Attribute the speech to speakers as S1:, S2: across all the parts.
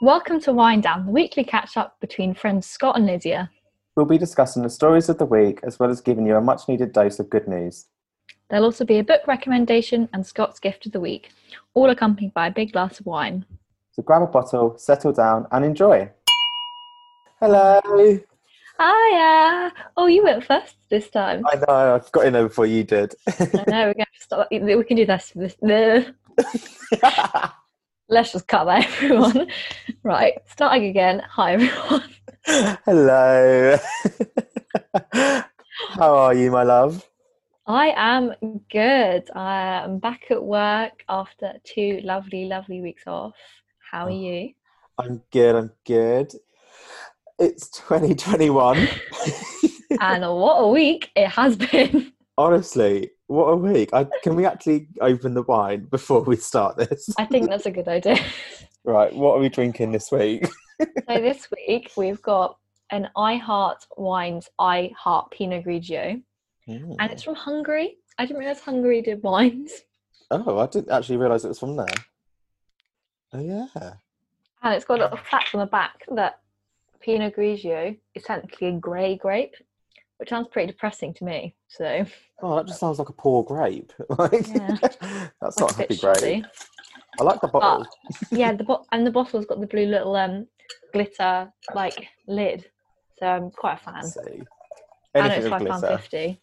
S1: Welcome to Wind Down, the weekly catch up between friends Scott and Lydia.
S2: We'll be discussing the stories of the week as well as giving you a much needed dose of good news.
S1: There'll also be a book recommendation and Scott's gift of the week, all accompanied by a big glass of wine.
S2: So grab a bottle, settle down, and enjoy. Hello.
S1: Hiya! Oh, you went first this time.
S2: I know, I got in there before you did.
S1: I know, we're going to stop. We can do this. this bleh. Let's just cut that, everyone. right, starting again. Hi, everyone.
S2: Hello. How are you, my love?
S1: I am good. I am back at work after two lovely, lovely weeks off. How are
S2: Oh.
S1: you?
S2: I'm good, I'm good. It's 2021.
S1: And what a week it has been.
S2: Honestly, what a week. I, can we actually open the wine before we start this?
S1: I think that's a good idea.
S2: Right, what are we drinking this week?
S1: So this week we've got an I Heart Wines I Heart Pinot Grigio, and it's from Hungary. I didn't realize Hungary did wines,
S2: Oh, I didn't actually realise it was from there. Oh yeah.
S1: and it's got a little fact on the back that Pinot Grigio is technically a grey grape, which sounds pretty depressing to me. So
S2: Oh, that just sounds like a poor grape. Like
S1: Yeah. like
S2: that's
S1: Ah,
S2: not a happy
S1: bit
S2: grape.
S1: shoddy.
S2: I like the bottle.
S1: yeah, the bo- and the bottle's got the blue little um glitter like lid, so I'm quite a fan.
S2: So,
S1: And it's
S2: anything
S1: five
S2: with
S1: pound
S2: glitter.
S1: fifty.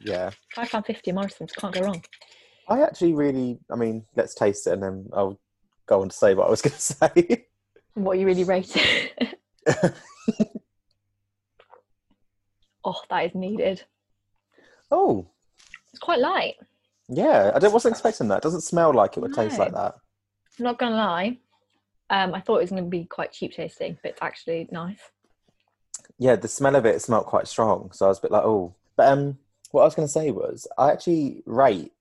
S2: Yeah.
S1: Five pound fifty, Morrison's can't go wrong.
S2: I actually really I mean, let's taste it and then I'll go on to say what I was gonna say.
S1: What you really rate it? oh, that is needed.
S2: oh,
S1: It's quite light.
S2: yeah. I didn't- wasn't expecting that. It doesn't smell like it would taste
S1: No.
S2: like that.
S1: I'm not gonna lie. Um, I thought it was gonna be quite cheap tasting, but it's actually nice.
S2: yeah, the smell of it smelled quite strong, so I was a bit like, oh. But um, what I was going to say was, I actually rate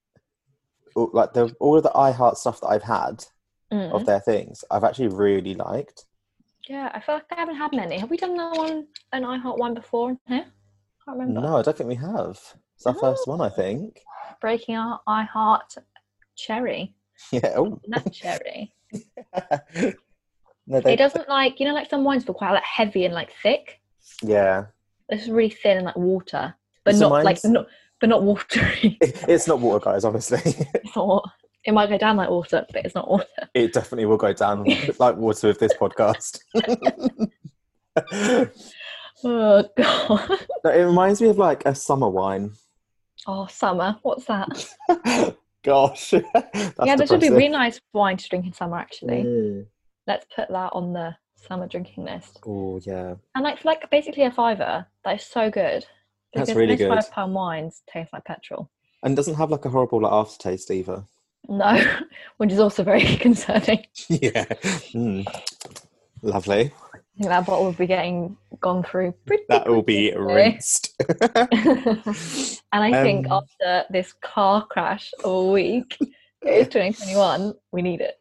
S2: all- like the all of the iHeart stuff that I've had
S1: Mm.
S2: of their things. I've actually really liked.
S1: Yeah, I feel like I haven't had many. Have we done another one, an iHeart one before in here? Can't remember.
S2: No, I don't think we have. It's our first one,
S1: Oh.
S2: I think.
S1: Breaking our iHeart cherry,
S2: Yeah. Oh.
S1: nut cherry.
S2: no, they,
S1: it doesn't like you know like some wines were quite like heavy and like thick.
S2: yeah.
S1: This is really thin and like water, but
S2: So
S1: not like
S2: mine's-
S1: not but not watery.
S2: It- It's not water, guys. Honestly,
S1: It's not wa- It might go down like water, but it's not water.
S2: it definitely will go down like water with this podcast.
S1: Oh god.
S2: No, it reminds me of like a summer wine.
S1: Oh summer. What's that?
S2: Gosh. That's
S1: yeah, that should be
S2: depressing.
S1: really nice wine to drink in summer. Actually,
S2: Mm.
S1: let's put that on the summer drinking list.
S2: Oh yeah,
S1: And like for like basically a fiver, that is so good.
S2: That's really
S1: most
S2: good.
S1: Five pound wines taste like petrol.
S2: and doesn't have like a horrible like, aftertaste either.
S1: No, which is also very concerning.
S2: yeah, mm. lovely.
S1: I think that bottle will be getting gone through pretty
S2: That will be
S1: quickly.
S2: rinsed.
S1: And I think
S2: Um,
S1: after this car crash of a week, it is 2021, we need it.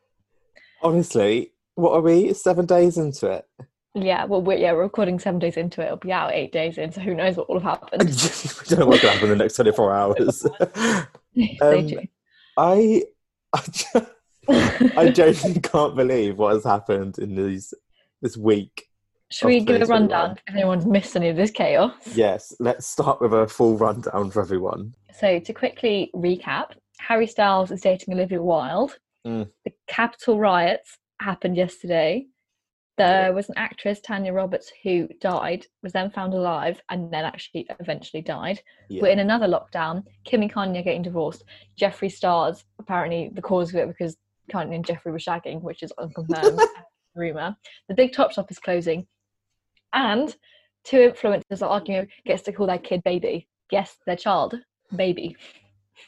S2: Honestly, what are we? Seven days into it.
S1: Yeah, well, we're, yeah, we're recording seven days into it. It'll be out eight days in, so who knows what will have
S2: we
S1: happened.
S2: don't know what's gonna happen in the next twenty-four hours.
S1: Stay
S2: Um,
S1: tuned.
S2: I, I, ju- I genuinely can't believe what has happened in these this week.
S1: Should we give a
S2: 2021.
S1: rundown if anyone's missed any of this chaos?
S2: Yes, let's start with a full rundown for everyone.
S1: So, to quickly recap, Harry Styles is dating Olivia Wilde.
S2: Mm.
S1: The Capitol riots happened yesterday. There was an actress, Tanya Roberts, who died, was then found alive, and then actually eventually died.
S2: Yeah.
S1: We're in another lockdown. Kim and Kanye are getting divorced. Jeffree Star's apparently the cause of it because Kanye and Jeffree were shagging, which is unconfirmed rumor. The Big Top Shop is closing, and two influencers are arguing over gets to call their kid baby. Yes, their child baby.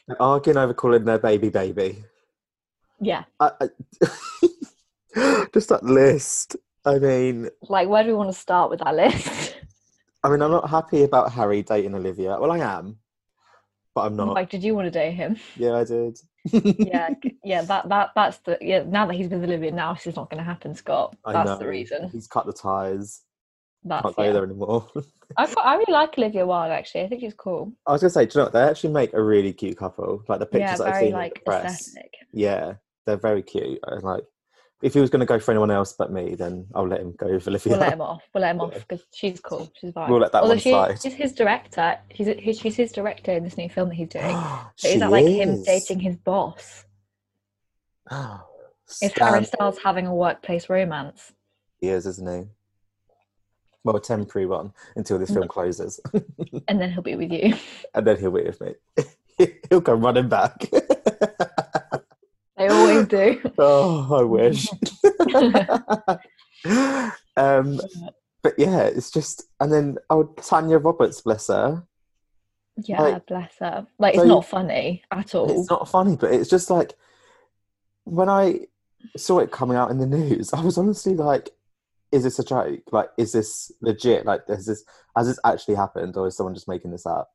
S2: They're Arguing over calling their baby baby.
S1: Yeah,
S2: I, I just that list. I mean,
S1: like where do we want to start with that list?
S2: I mean, I'm not happy about Harry dating Olivia. Well, I am, but I'm not.
S1: Like, did you want to date him?
S2: Yeah, I did.
S1: Oh Yeah, c- yeah. That that that's the yeah. Now that he's with Olivia, now this is not going to happen, Scott.
S2: I
S1: That's
S2: know.
S1: the reason.
S2: He's cut the ties.
S1: That's
S2: Can't go
S1: yeah.
S2: there anymore.
S1: I quite- I really like Olivia Wilde actually. I think she's cool.
S2: I was gonna say, do you know what? They actually make a really cute couple. Like the pictures
S1: yeah,
S2: that I've
S1: very
S2: seen in
S1: like
S2: the press.
S1: aesthetic.
S2: Yeah, they're very cute. And like, if he was going to go for anyone else but me, then I'll let him go for Olivia.
S1: We'll let him off. We'll let him off because she's cool. She's fine.
S2: We'll let that
S1: Although
S2: one
S1: she,
S2: slide.
S1: she's his director. He's he, she's his director in this new film that he's doing. So
S2: She
S1: is that like him
S2: is.
S1: dating his boss? Is
S2: Stan
S1: Harry Styles having a workplace romance?
S2: he is, isn't he? Well, a temporary one until
S1: Mm.
S2: this film closes,
S1: And then he'll be with you.
S2: and then he'll be with me. he'll go running back.
S1: They always do.
S2: oh, I wish. um, but yeah, it's just, and then oh, Tanya Roberts, bless her.
S1: yeah,
S2: Like-
S1: bless her. Like
S2: Oh. So-
S1: it's not funny at all.
S2: It's not funny, but it's just like when I saw it coming out in the news, I was honestly like, "Is this a joke? Like, is this legit? Like, has this has this actually happened, or is someone just making this up?"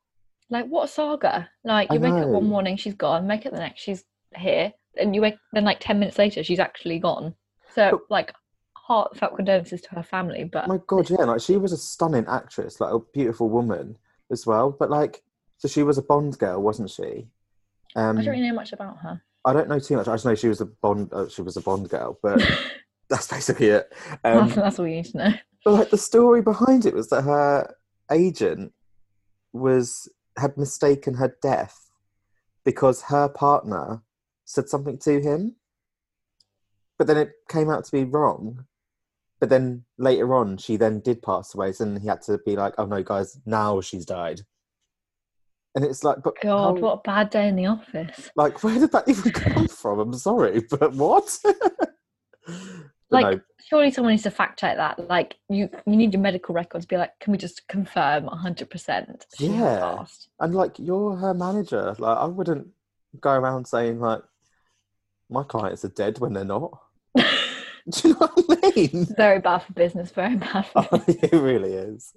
S1: Like what saga? Like
S2: I
S1: you wake up one
S2: know.
S1: morning, she's gone. Make it the next, she's here. And you wake then like ten minutes later, she's actually gone. So
S2: But-
S1: like heartfelt condolences to her family, but
S2: Oh. My God, yeah, like she was a stunning actress, like a beautiful woman as well. But like, so she was a Bond girl, wasn't she? Um,
S1: I don't really know much about her.
S2: I don't know too much. I just know she was a Bond. Uh, she was a Bond girl, but that's basically it. Um,
S1: That's all you need to know.
S2: But like the story behind it was that her agent was had mistaken her death because her partner said something to him. But then it came out to be wrong. But then later on she then did pass away, so then he had to be like, Oh no guys, now she's died. And it's like but how-
S1: God, what a bad day in the office.
S2: like where did that even come from? I'm sorry, but what? But
S1: Like,
S2: no,
S1: surely someone needs to fact check that. Like, you you need your medical records. Be like, can we just confirm 100 percent?
S2: Yeah. And like you're her manager. Like I wouldn't go around saying like my clients are dead when they're not. Do you know what I mean?
S1: Very bad for business. Very bad. For
S2: Oh, it really is.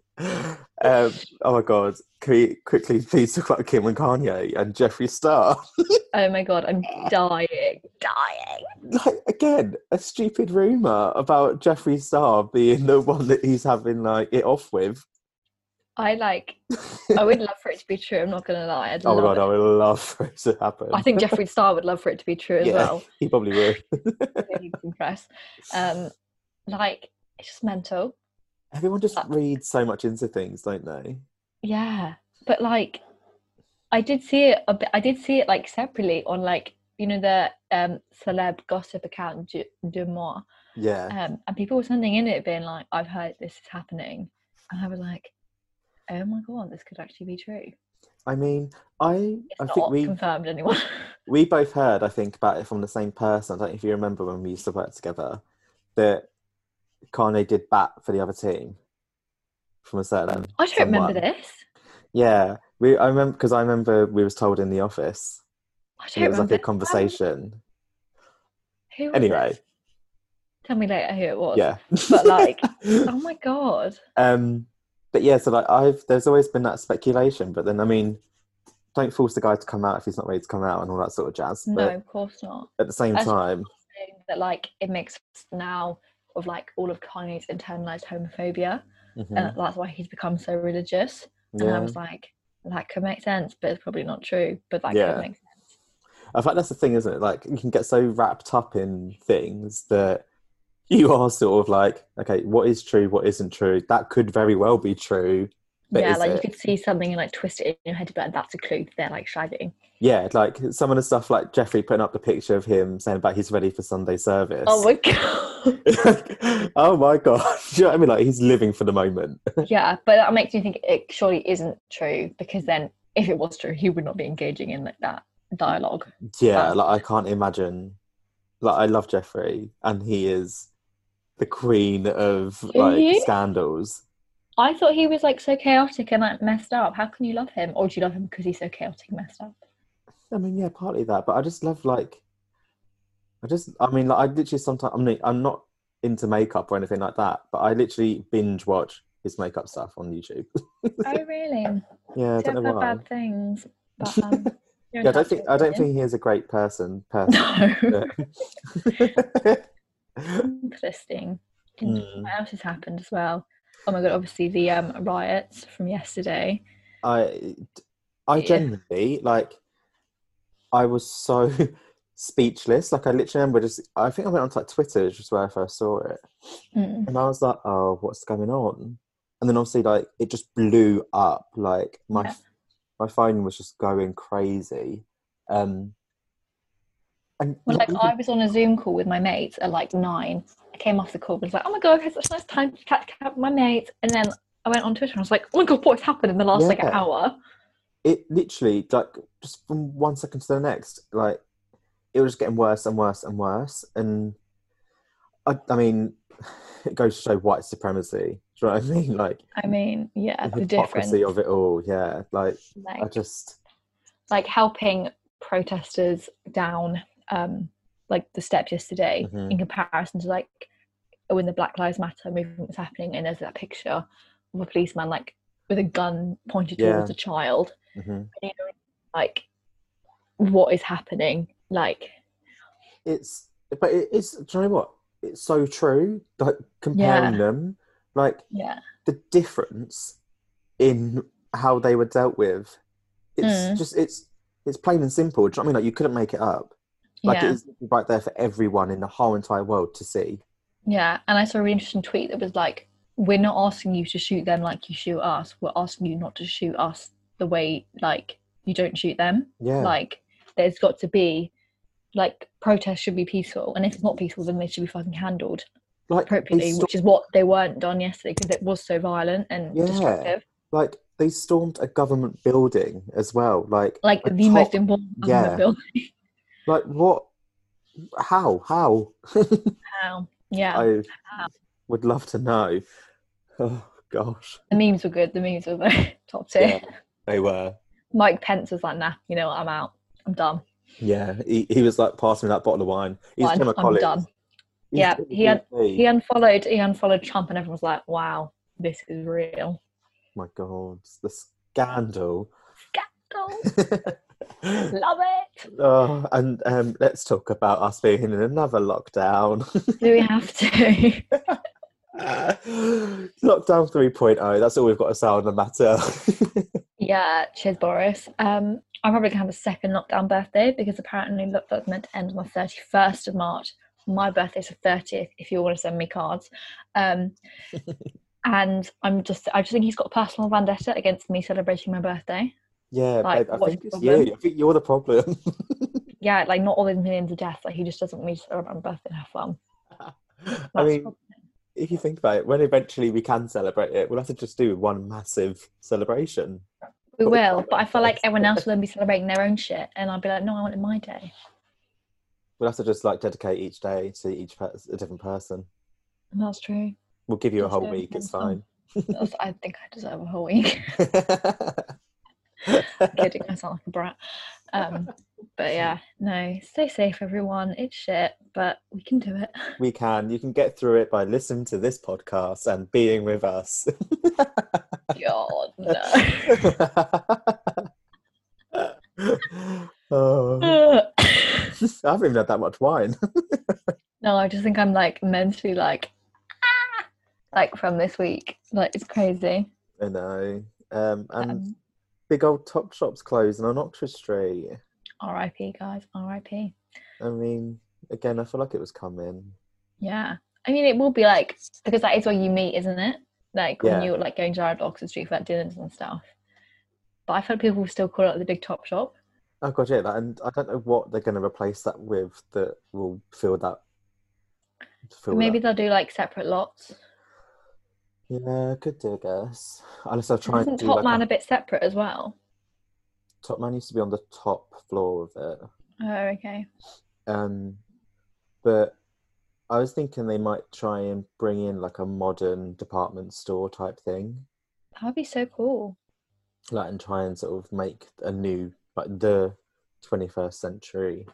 S2: Um, oh my god! Can we quickly please talk about Kim and Kanye and Jeffree Star?
S1: Oh my god, I'm dying, dying.
S2: Like again, a stupid rumor about Jeffree Star being the one that he's having like it off with.
S1: I like. I would love for it to be true. I'm not gonna lie. I'd
S2: Oh my
S1: love
S2: god! I would love for it to happen.
S1: it. I think Jeffree Star would love for it to be true as
S2: yeah,
S1: well.
S2: he probably would.
S1: He'd impress. Um, like it's just mental.
S2: Everyone just
S1: Uh,
S2: reads so much into things, don't they?
S1: Yeah, but like, I did see it. A bit, I did see it like separately on like you know the um celeb gossip account Du, Du Moi,
S2: Yeah.
S1: um, and people were sending in it being like, "I've heard this is happening," and I was like, "Oh my god, this could actually be true."
S2: I mean, I
S1: It's
S2: I
S1: not
S2: think we
S1: confirmed anyone.
S2: we both heard I think about it from the same person. I don't know if you remember when we used to work together that Kanye did bat for the other team from a certain.
S1: I don't remember
S2: someone.
S1: this.
S2: Yeah, we I remember because I remember we was told in the office
S1: I don't
S2: and it was like
S1: remember. Um,
S2: a conversation.
S1: Who was
S2: Anyway,
S1: it? tell me later who it was.
S2: yeah,
S1: But like, oh my god,
S2: um, but yeah, so like I've there's always been that speculation, but then I mean, don't force the guy to come out if he's not ready to come out and all that sort of jazz.
S1: no,
S2: But
S1: of course not.
S2: at the same
S1: That's-
S2: time,
S1: thing that like it makes sense now of like all of Kanye's internalized homophobia,
S2: mhm,
S1: and that's why he's become so religious. And I
S2: yeah.
S1: was like, that could make sense, but it's probably not true. But that
S2: Yeah.
S1: could make sense.
S2: I think that's the thing, isn't it? Like you can get so wrapped up in things that you are sort of like, okay, what is true, what isn't true? That could very well be true. But
S1: yeah,
S2: is
S1: like you
S2: it?
S1: could see something and like twist it in your head to be like, that's a clue. They're like shagging.
S2: Yeah, like some of the stuff like Jeffrey putting up the picture of him saying about he's ready for Sunday service.
S1: Oh my god.
S2: Oh my god. Do you know what I mean? Like he's living for the moment.
S1: yeah, but that makes me think it surely isn't true because then if it was true, he would not be engaging in like that dialogue.
S2: Yeah,
S1: Um,
S2: like I can't imagine like I love Jeffrey and he is the queen of like
S1: you?
S2: scandals.
S1: I thought he was like so chaotic and like messed up. How can you love him? Or do you love him because he's so chaotic and messed up?
S2: I mean, yeah, partly that, but I just love like, I just, I mean, like, I literally sometimes, I mean, I'm not into makeup or anything like that, but I literally binge watch his makeup stuff on YouTube.
S1: Oh really?
S2: yeah, I don't know
S1: Don't have
S2: why.
S1: bad things. But, um, you're in
S2: Yeah, I don't
S1: touch
S2: think,
S1: with
S2: I don't
S1: it.
S2: think he is a great person. person.
S1: No.
S2: but-
S1: Interesting.
S2: Mm.
S1: What else has happened as well? Oh my god! Obviously the um, riots from yesterday.
S2: I, I
S1: Yeah.
S2: genuinely like, I was so, speechless. Like I literally remember just I think I went on like Twitter, which is where I first saw it.
S1: Mm.
S2: And I was like, oh, what's going on? And then obviously, like, it just blew up. Like, my
S1: Yeah.
S2: my phone was just going crazy. Um, and
S1: Well, like I was on a Zoom call with my mates at like nine. I came off the call and was like, "Oh my god, I've had such a nice time to catch up with my mates." And then I went on Twitter and I was like, "Oh my god, what's happened in the last like
S2: Yeah.
S1: hour?"
S2: it literally, like, just from one second to the next, like, it was getting worse and worse and worse. And I, I mean, it goes to show white supremacy. Do you know what I mean? Like,
S1: I mean, yeah,
S2: the
S1: the difference,
S2: hypocrisy of it all. Yeah. Like, I
S1: like,
S2: just,
S1: like helping protesters down, um, like the steps yesterday
S2: Mhm.
S1: in comparison to like when the Black Lives Matter movement was happening, and there's that picture of a policeman like with a gun pointed
S2: Yeah.
S1: towards a child.
S2: mhm.
S1: Like, what is happening? Like.
S2: it's but it is do you know what it's so true like comparing them like
S1: Yeah,
S2: the difference in how they were dealt with it's
S1: Mm.
S2: just it's it's plain and simple do you know what i mean like you couldn't make it up like
S1: yeah,
S2: it's right there for everyone in the whole entire world to see
S1: yeah. And I saw a really interesting tweet that was like, "We're not asking you to shoot them like you shoot us. We're asking you not to shoot us the way like you don't shoot them.
S2: yeah
S1: Like, there's got to be like protests should be peaceful, and if it's not peaceful, then they should be fucking handled
S2: like
S1: appropriately,
S2: these
S1: which is what they weren't done yesterday because it was so violent and
S2: Yeah.
S1: destructive.
S2: like they stormed a government building as well like
S1: Like
S2: a
S1: the most
S2: top-
S1: important
S2: yeah.
S1: yeah. bill.
S2: like what how how
S1: Wow. Yeah,
S2: i would love to know oh gosh
S1: the memes were good. The memes were the top tier.
S2: Yeah. they were
S1: Mike Pence was like, "Nah, you know what? I'm out. I'm done.
S2: Yeah, he, he was like, pass me that bottle of wine. He's
S1: Fine,
S2: from a
S1: I'm
S2: college.
S1: done.
S2: He's
S1: Yeah,
S2: from
S1: he had-
S2: UP.
S1: he unfollowed he unfollowed Trump and everyone was like, Wow, this is real.
S2: My God, the scandal.
S1: Don't
S2: oh,
S1: Love it.
S2: and um, let's talk about us being in another lockdown.
S1: Do we have to?
S2: lockdown 3.0, that's all we've got to say on the matter.
S1: yeah, cheers Boris. Um I'm probably gonna have a second lockdown birthday because apparently lockdown's meant to end on the thirty first of March. My birthday's the thirtieth if you want to send me cards. Um and I'm just I just think he's got a personal vendetta against me celebrating my birthday.
S2: yeah,
S1: Like,
S2: babe, I
S1: what's
S2: think
S1: the
S2: it's
S1: problem?
S2: you. I think you're the problem.
S1: Yeah, like not all those millions of deaths, like he just doesn't want me to celebrate my birthday and have fun.
S2: I
S1: That's
S2: mean, if you think about it, when eventually we can celebrate it, we'll have to just do one massive celebration.
S1: We
S2: But we
S1: will,
S2: can't
S1: but I feel like
S2: first.
S1: everyone else will then be celebrating their own shit, and I'll be like, no, I want it my day.
S2: We'll have to just like dedicate each day to each per- a different person.
S1: And that's true.
S2: We'll give you a
S1: Just
S2: whole
S1: do it
S2: week. It's
S1: one
S2: fine.
S1: That's- I think I deserve a whole week.
S2: Stay
S1: Kidding, I sound like a brat. Um, but yeah, no, stay safe, everyone. It's shit, but we can do it.
S2: we can. You can get through it by listening to this podcast and being with us.
S1: God, no.
S2: oh, I haven't even had that much wine.
S1: no, I just think I'm like mentally like, ah, like from this week. Like, it's crazy.
S2: I know. Um, and
S1: Um,
S2: big old Top Shop's closing on Oxford Street.
S1: RIP, guys, RIP.
S2: I mean, again, I feel like it was coming.
S1: Yeah. I mean, it will be like, because that is where you meet, isn't it? Like when
S2: Yeah.
S1: you're like going to Arab Oxford Street for like dinners and stuff. But I feel like people will still call it the big top shop.
S2: Oh god, yeah, that- and I don't know what they're going to replace that with that will fill that.
S1: But
S2: Fill
S1: maybe
S2: that.
S1: they'll do like separate lots.
S2: yeah, could do, I guess. Unless I try and
S1: Isn't
S2: do
S1: Top
S2: like
S1: Man
S2: a,
S1: a bit separate as well?
S2: Top Man used to be on the top floor of it,
S1: Oh, okay.
S2: um, but I was thinking they might try and bring in like a modern department store type thing,
S1: That would be so cool.
S2: like and try and sort of make a new like the twenty first century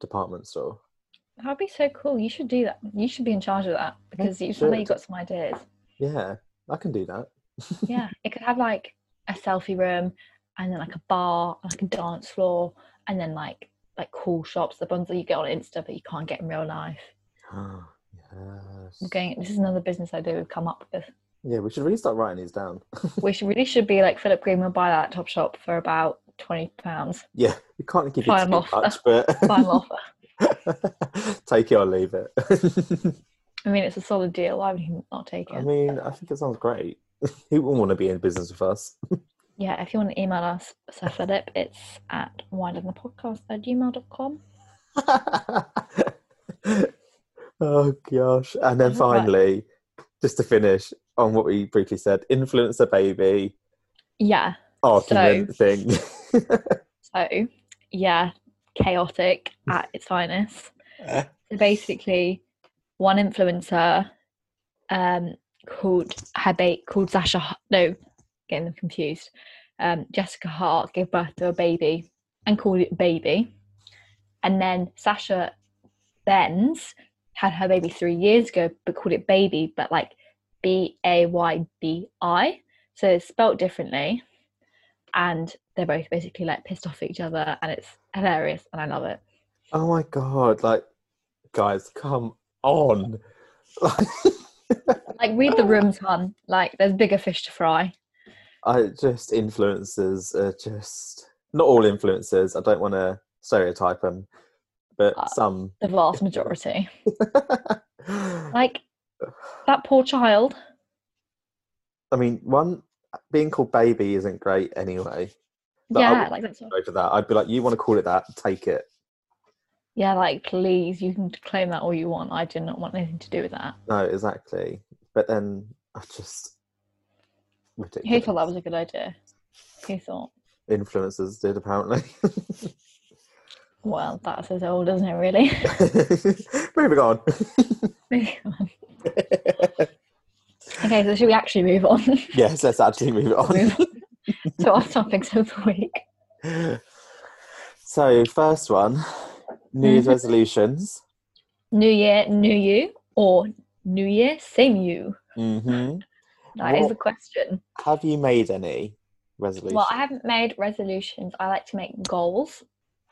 S2: department store.
S1: That would be so cool. You should do that. You should be in charge of that because you sound like you've
S2: should.
S1: got some ideas.
S2: Yeah, I can do that.
S1: Yeah. It could have like a selfie room and then like a bar, like a dance floor, and then like like cool shops, the ones that you get on Insta but you can't get in real life.
S2: yes.
S1: We're going. This is another business idea we've come up with.
S2: Yeah, we should really start writing these down.
S1: We should, really should be like Philip Green will buy that top shop for about twenty pounds
S2: Yeah, we can't give you
S1: Buy
S2: too
S1: 'em off.
S2: much, but
S1: final offer.
S2: take it or leave it.
S1: I mean, it's a solid deal. I would even not take it.
S2: I mean, I think it sounds great. Who wouldn't want to be in business with us?
S1: yeah, if you want to email us, Sir Philip, it's at wineandthepodcast at gmail.com.
S2: oh gosh! And then
S1: Right.
S2: finally, just to finish on what we briefly said, influencer baby
S1: Yeah,
S2: argument thing.
S1: so yeah, chaotic at its finest.
S2: Uh.
S1: So basically, one influencer um, called Habe called Sasha. H- No, getting them confused. Um, Jessica Hart gave birth to a baby and called it baby, and then Sasha Benz had her baby three years ago, but called it baby, but like B A Y B I, so it's spelt differently, and they're both basically like pissed off at each other, and it's hilarious, and I love it.
S2: oh my god! Like, guys, come on!
S1: Like read the room, ton. Like there's bigger fish to fry.
S2: I just influencers are just not all influencers. I don't want to stereotype them, but
S1: Uh,
S2: some.
S1: The vast majority. Like that poor child.
S2: I mean, one being called baby isn't great anyway. But I
S1: yeah,
S2: would-
S1: like that's. all-
S2: Over that, I'd be like, you want to call it that? Take it.
S1: Yeah, like please, you can claim that all you want. I do not want anything to do with that.
S2: No, exactly. But then I just
S1: Who
S2: ridiculous.
S1: thought that was a good idea? Who thought?
S2: Influencers did apparently.
S1: Well, that says it all, doesn't it? Really.
S2: Moving on.
S1: Moving on. okay, so should we actually move on
S2: yes, let's actually move on.
S1: Move on to our topics of the week?
S2: So, first one, New Year's
S1: Mhm.
S2: resolutions.
S1: New year, new you, or new year, same you?
S2: hmm
S1: That is
S2: What-
S1: the question.
S2: Have you made any resolutions?
S1: Well, I haven't made resolutions. I like to make goals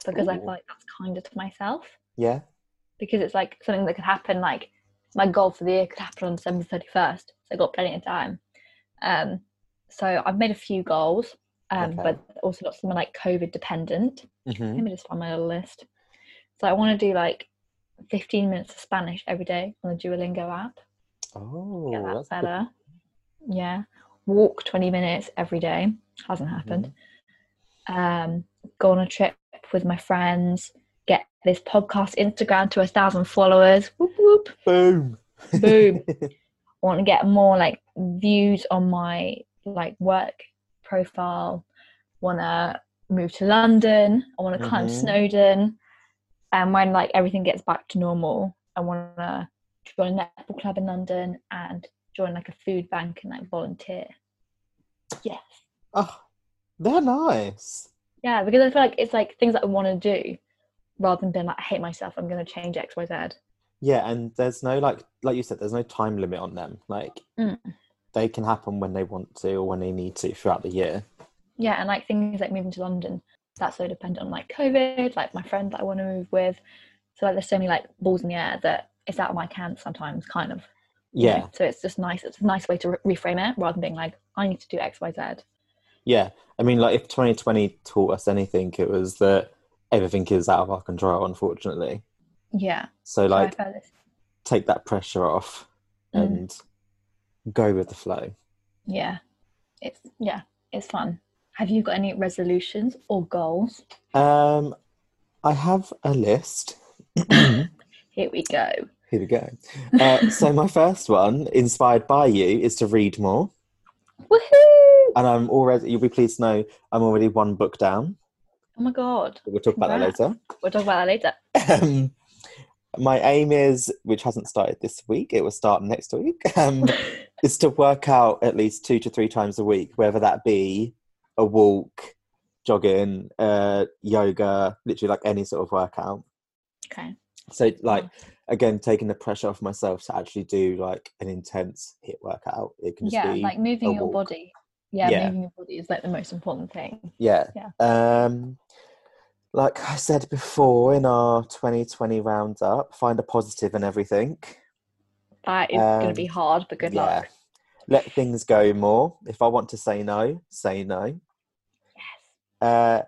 S1: because I
S2: Ooh.
S1: feel like that's kinder to myself
S2: Yeah.
S1: because it's like something that could happen. Like my goal for the year could happen on December thirty first, so I got plenty of time. Um, so I've made a few goals, um,
S2: Okay.
S1: but also lots of them are like COVID dependent.
S2: hmm
S1: Let me just find my little list. So I want to do like fifteen minutes of Spanish every day on the Duolingo app.
S2: Oh,
S1: Yeah, that's,
S2: that's good.
S1: better. Yeah. Walk 20 minutes every day. Hasn't happened.
S2: Mm-hmm.
S1: Um, go on a trip with my friends. Get this podcast Instagram to a thousand followers. Whoop whoop.
S2: Boom.
S1: Boom. I want to get more like views on my like work profile. Wanna move to London. I wanna climb
S2: Mhm.
S1: Snowden. And when like everything gets back to normal, I wanna join a netball club in London and join like a food bank and like volunteer. Yes.
S2: Oh, they're nice.
S1: Yeah, because I feel like it's like things that I wanna do rather than being like, I hate myself, I'm gonna change XYZ.
S2: Yeah, and there's no like like you said, there's no time limit on them. Like
S1: Mm.
S2: they can happen when they want to or when they need to throughout the year.
S1: yeah and like things like moving to london that's so dependent on like covid like my friend that i want to move with so like there's so many like balls in the air that it's out of my camp sometimes kind of you know?
S2: Yeah,
S1: so it's just nice it's a nice way to re- reframe it rather than being like i need to do xyz
S2: yeah. I mean, like if 2020 taught us anything, it was that everything is out of our control, unfortunately.
S1: yeah
S2: So
S1: so I
S2: like,
S1: felt this-
S2: take that pressure off
S1: Mm.
S2: and go with the flow.
S1: yeah it's yeah it's fun have you got any resolutions or goals
S2: Um, I have a list. Here
S1: here we go
S2: we go. Uh, so my first one, inspired by you, is to read more.
S1: woohoo Oh
S2: and I'm already. You'll be pleased to know I'm already one book down.
S1: oh my god
S2: But we'll talk about
S1: Congrats.
S2: that
S1: we'll talk about that later
S2: later. Um, my aim is, which hasn't started this week, it will start next week, um, is to work out at least two to three times a week, whether that be a walk, jogging, uh, yoga, literally like any sort of workout.
S1: okay
S2: So, like
S1: Mm.
S2: again, taking the pressure off myself to actually do like an intense hit workout. It can just
S1: yeah
S2: be
S1: like moving your
S2: walk.
S1: body yeah,
S2: Yeah.
S1: moving your body is like the most important thing
S2: Yeah.
S1: Yeah.
S2: Um, like I said before in our 2020 roundup, find a positive in everything.
S1: that is going to be
S2: Um,
S1: hard but good luck
S2: Let things go more. If I want to say no, say no.
S1: yes
S2: Uh,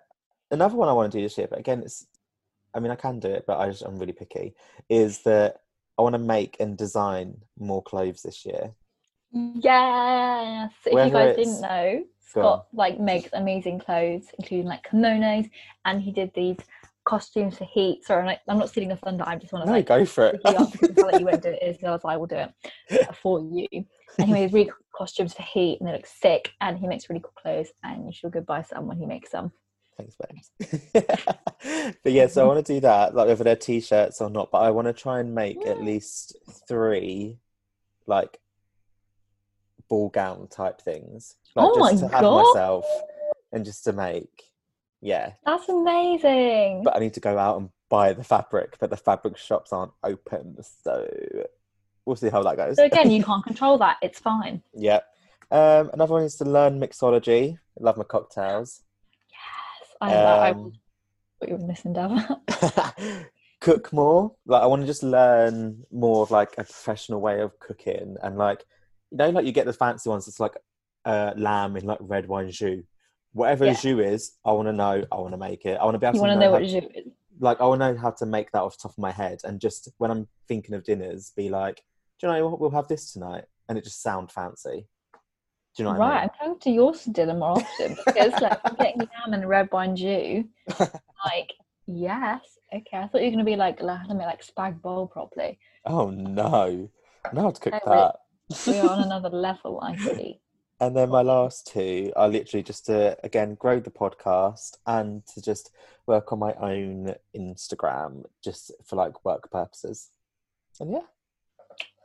S2: another one I want to do this year, but again, it's. I mean, I can do it, but I just I'm really picky. Is that I want to make and design more clothes this year.
S1: Yes. If
S2: Whether
S1: you guys
S2: it's-
S1: didn't know,
S2: Go on.
S1: Scott like makes amazing clothes, including like kimonos, and he did these costumes for heat. Sorry, I'm, like, I'm not stealing the thunder. I just want to
S2: No,
S1: like
S2: go for
S1: quickly ask
S2: it.
S1: him how that you won't do it is, so I was like, I will do it for you. And he made really cool costumes for heat, and they look sick. And he makes really cool clothes, and you should go buy some when he makes them.
S2: Thanks, babes. but yeah, so I want to do that, like whether they're t-shirts or not. But I want to try and make at
S1: Yeah.
S2: least three, like ball gown type things, like
S1: Oh
S2: just
S1: my
S2: to have
S1: God.
S2: myself and just to make. Yeah,
S1: That's amazing.
S2: but I need to go out and buy the fabric, but the fabric shops aren't open, so we'll see how that goes.
S1: so again, you can't control that. It's fine.
S2: Yep. Um, another one is to learn mixology. Love my cocktails.
S1: I, that I
S2: Um,
S1: will put you in this endeavor.
S2: cook more. Like I want to just learn more of like a professional way of cooking and like you know like you get the fancy ones. It's like uh, lamb in like red wine jus. Whatever
S1: Yeah.
S2: jus is, I want to know. I want to make it. I want to be able
S1: you
S2: to
S1: want
S2: know,
S1: to know
S2: how,
S1: what you is.
S2: like I want to know how to make that off the top of my head. And just when I'm thinking of dinners, be like, do you know what? We'll have this tonight, and it just sound fancy. Do you know what
S1: right,
S2: I mean?
S1: I'm coming to yours to dinner more often because like I'm getting yam and red wine jus. Like, yes, okay. I thought you were gonna be like, like how to make like spag bowl properly.
S2: Oh no, I know how to cook
S1: Okay, wait.
S2: that.
S1: We are on another level, I see.
S2: And then my last two are literally just to again grow the podcast and to just work on my own Instagram just for like work purposes. And yeah,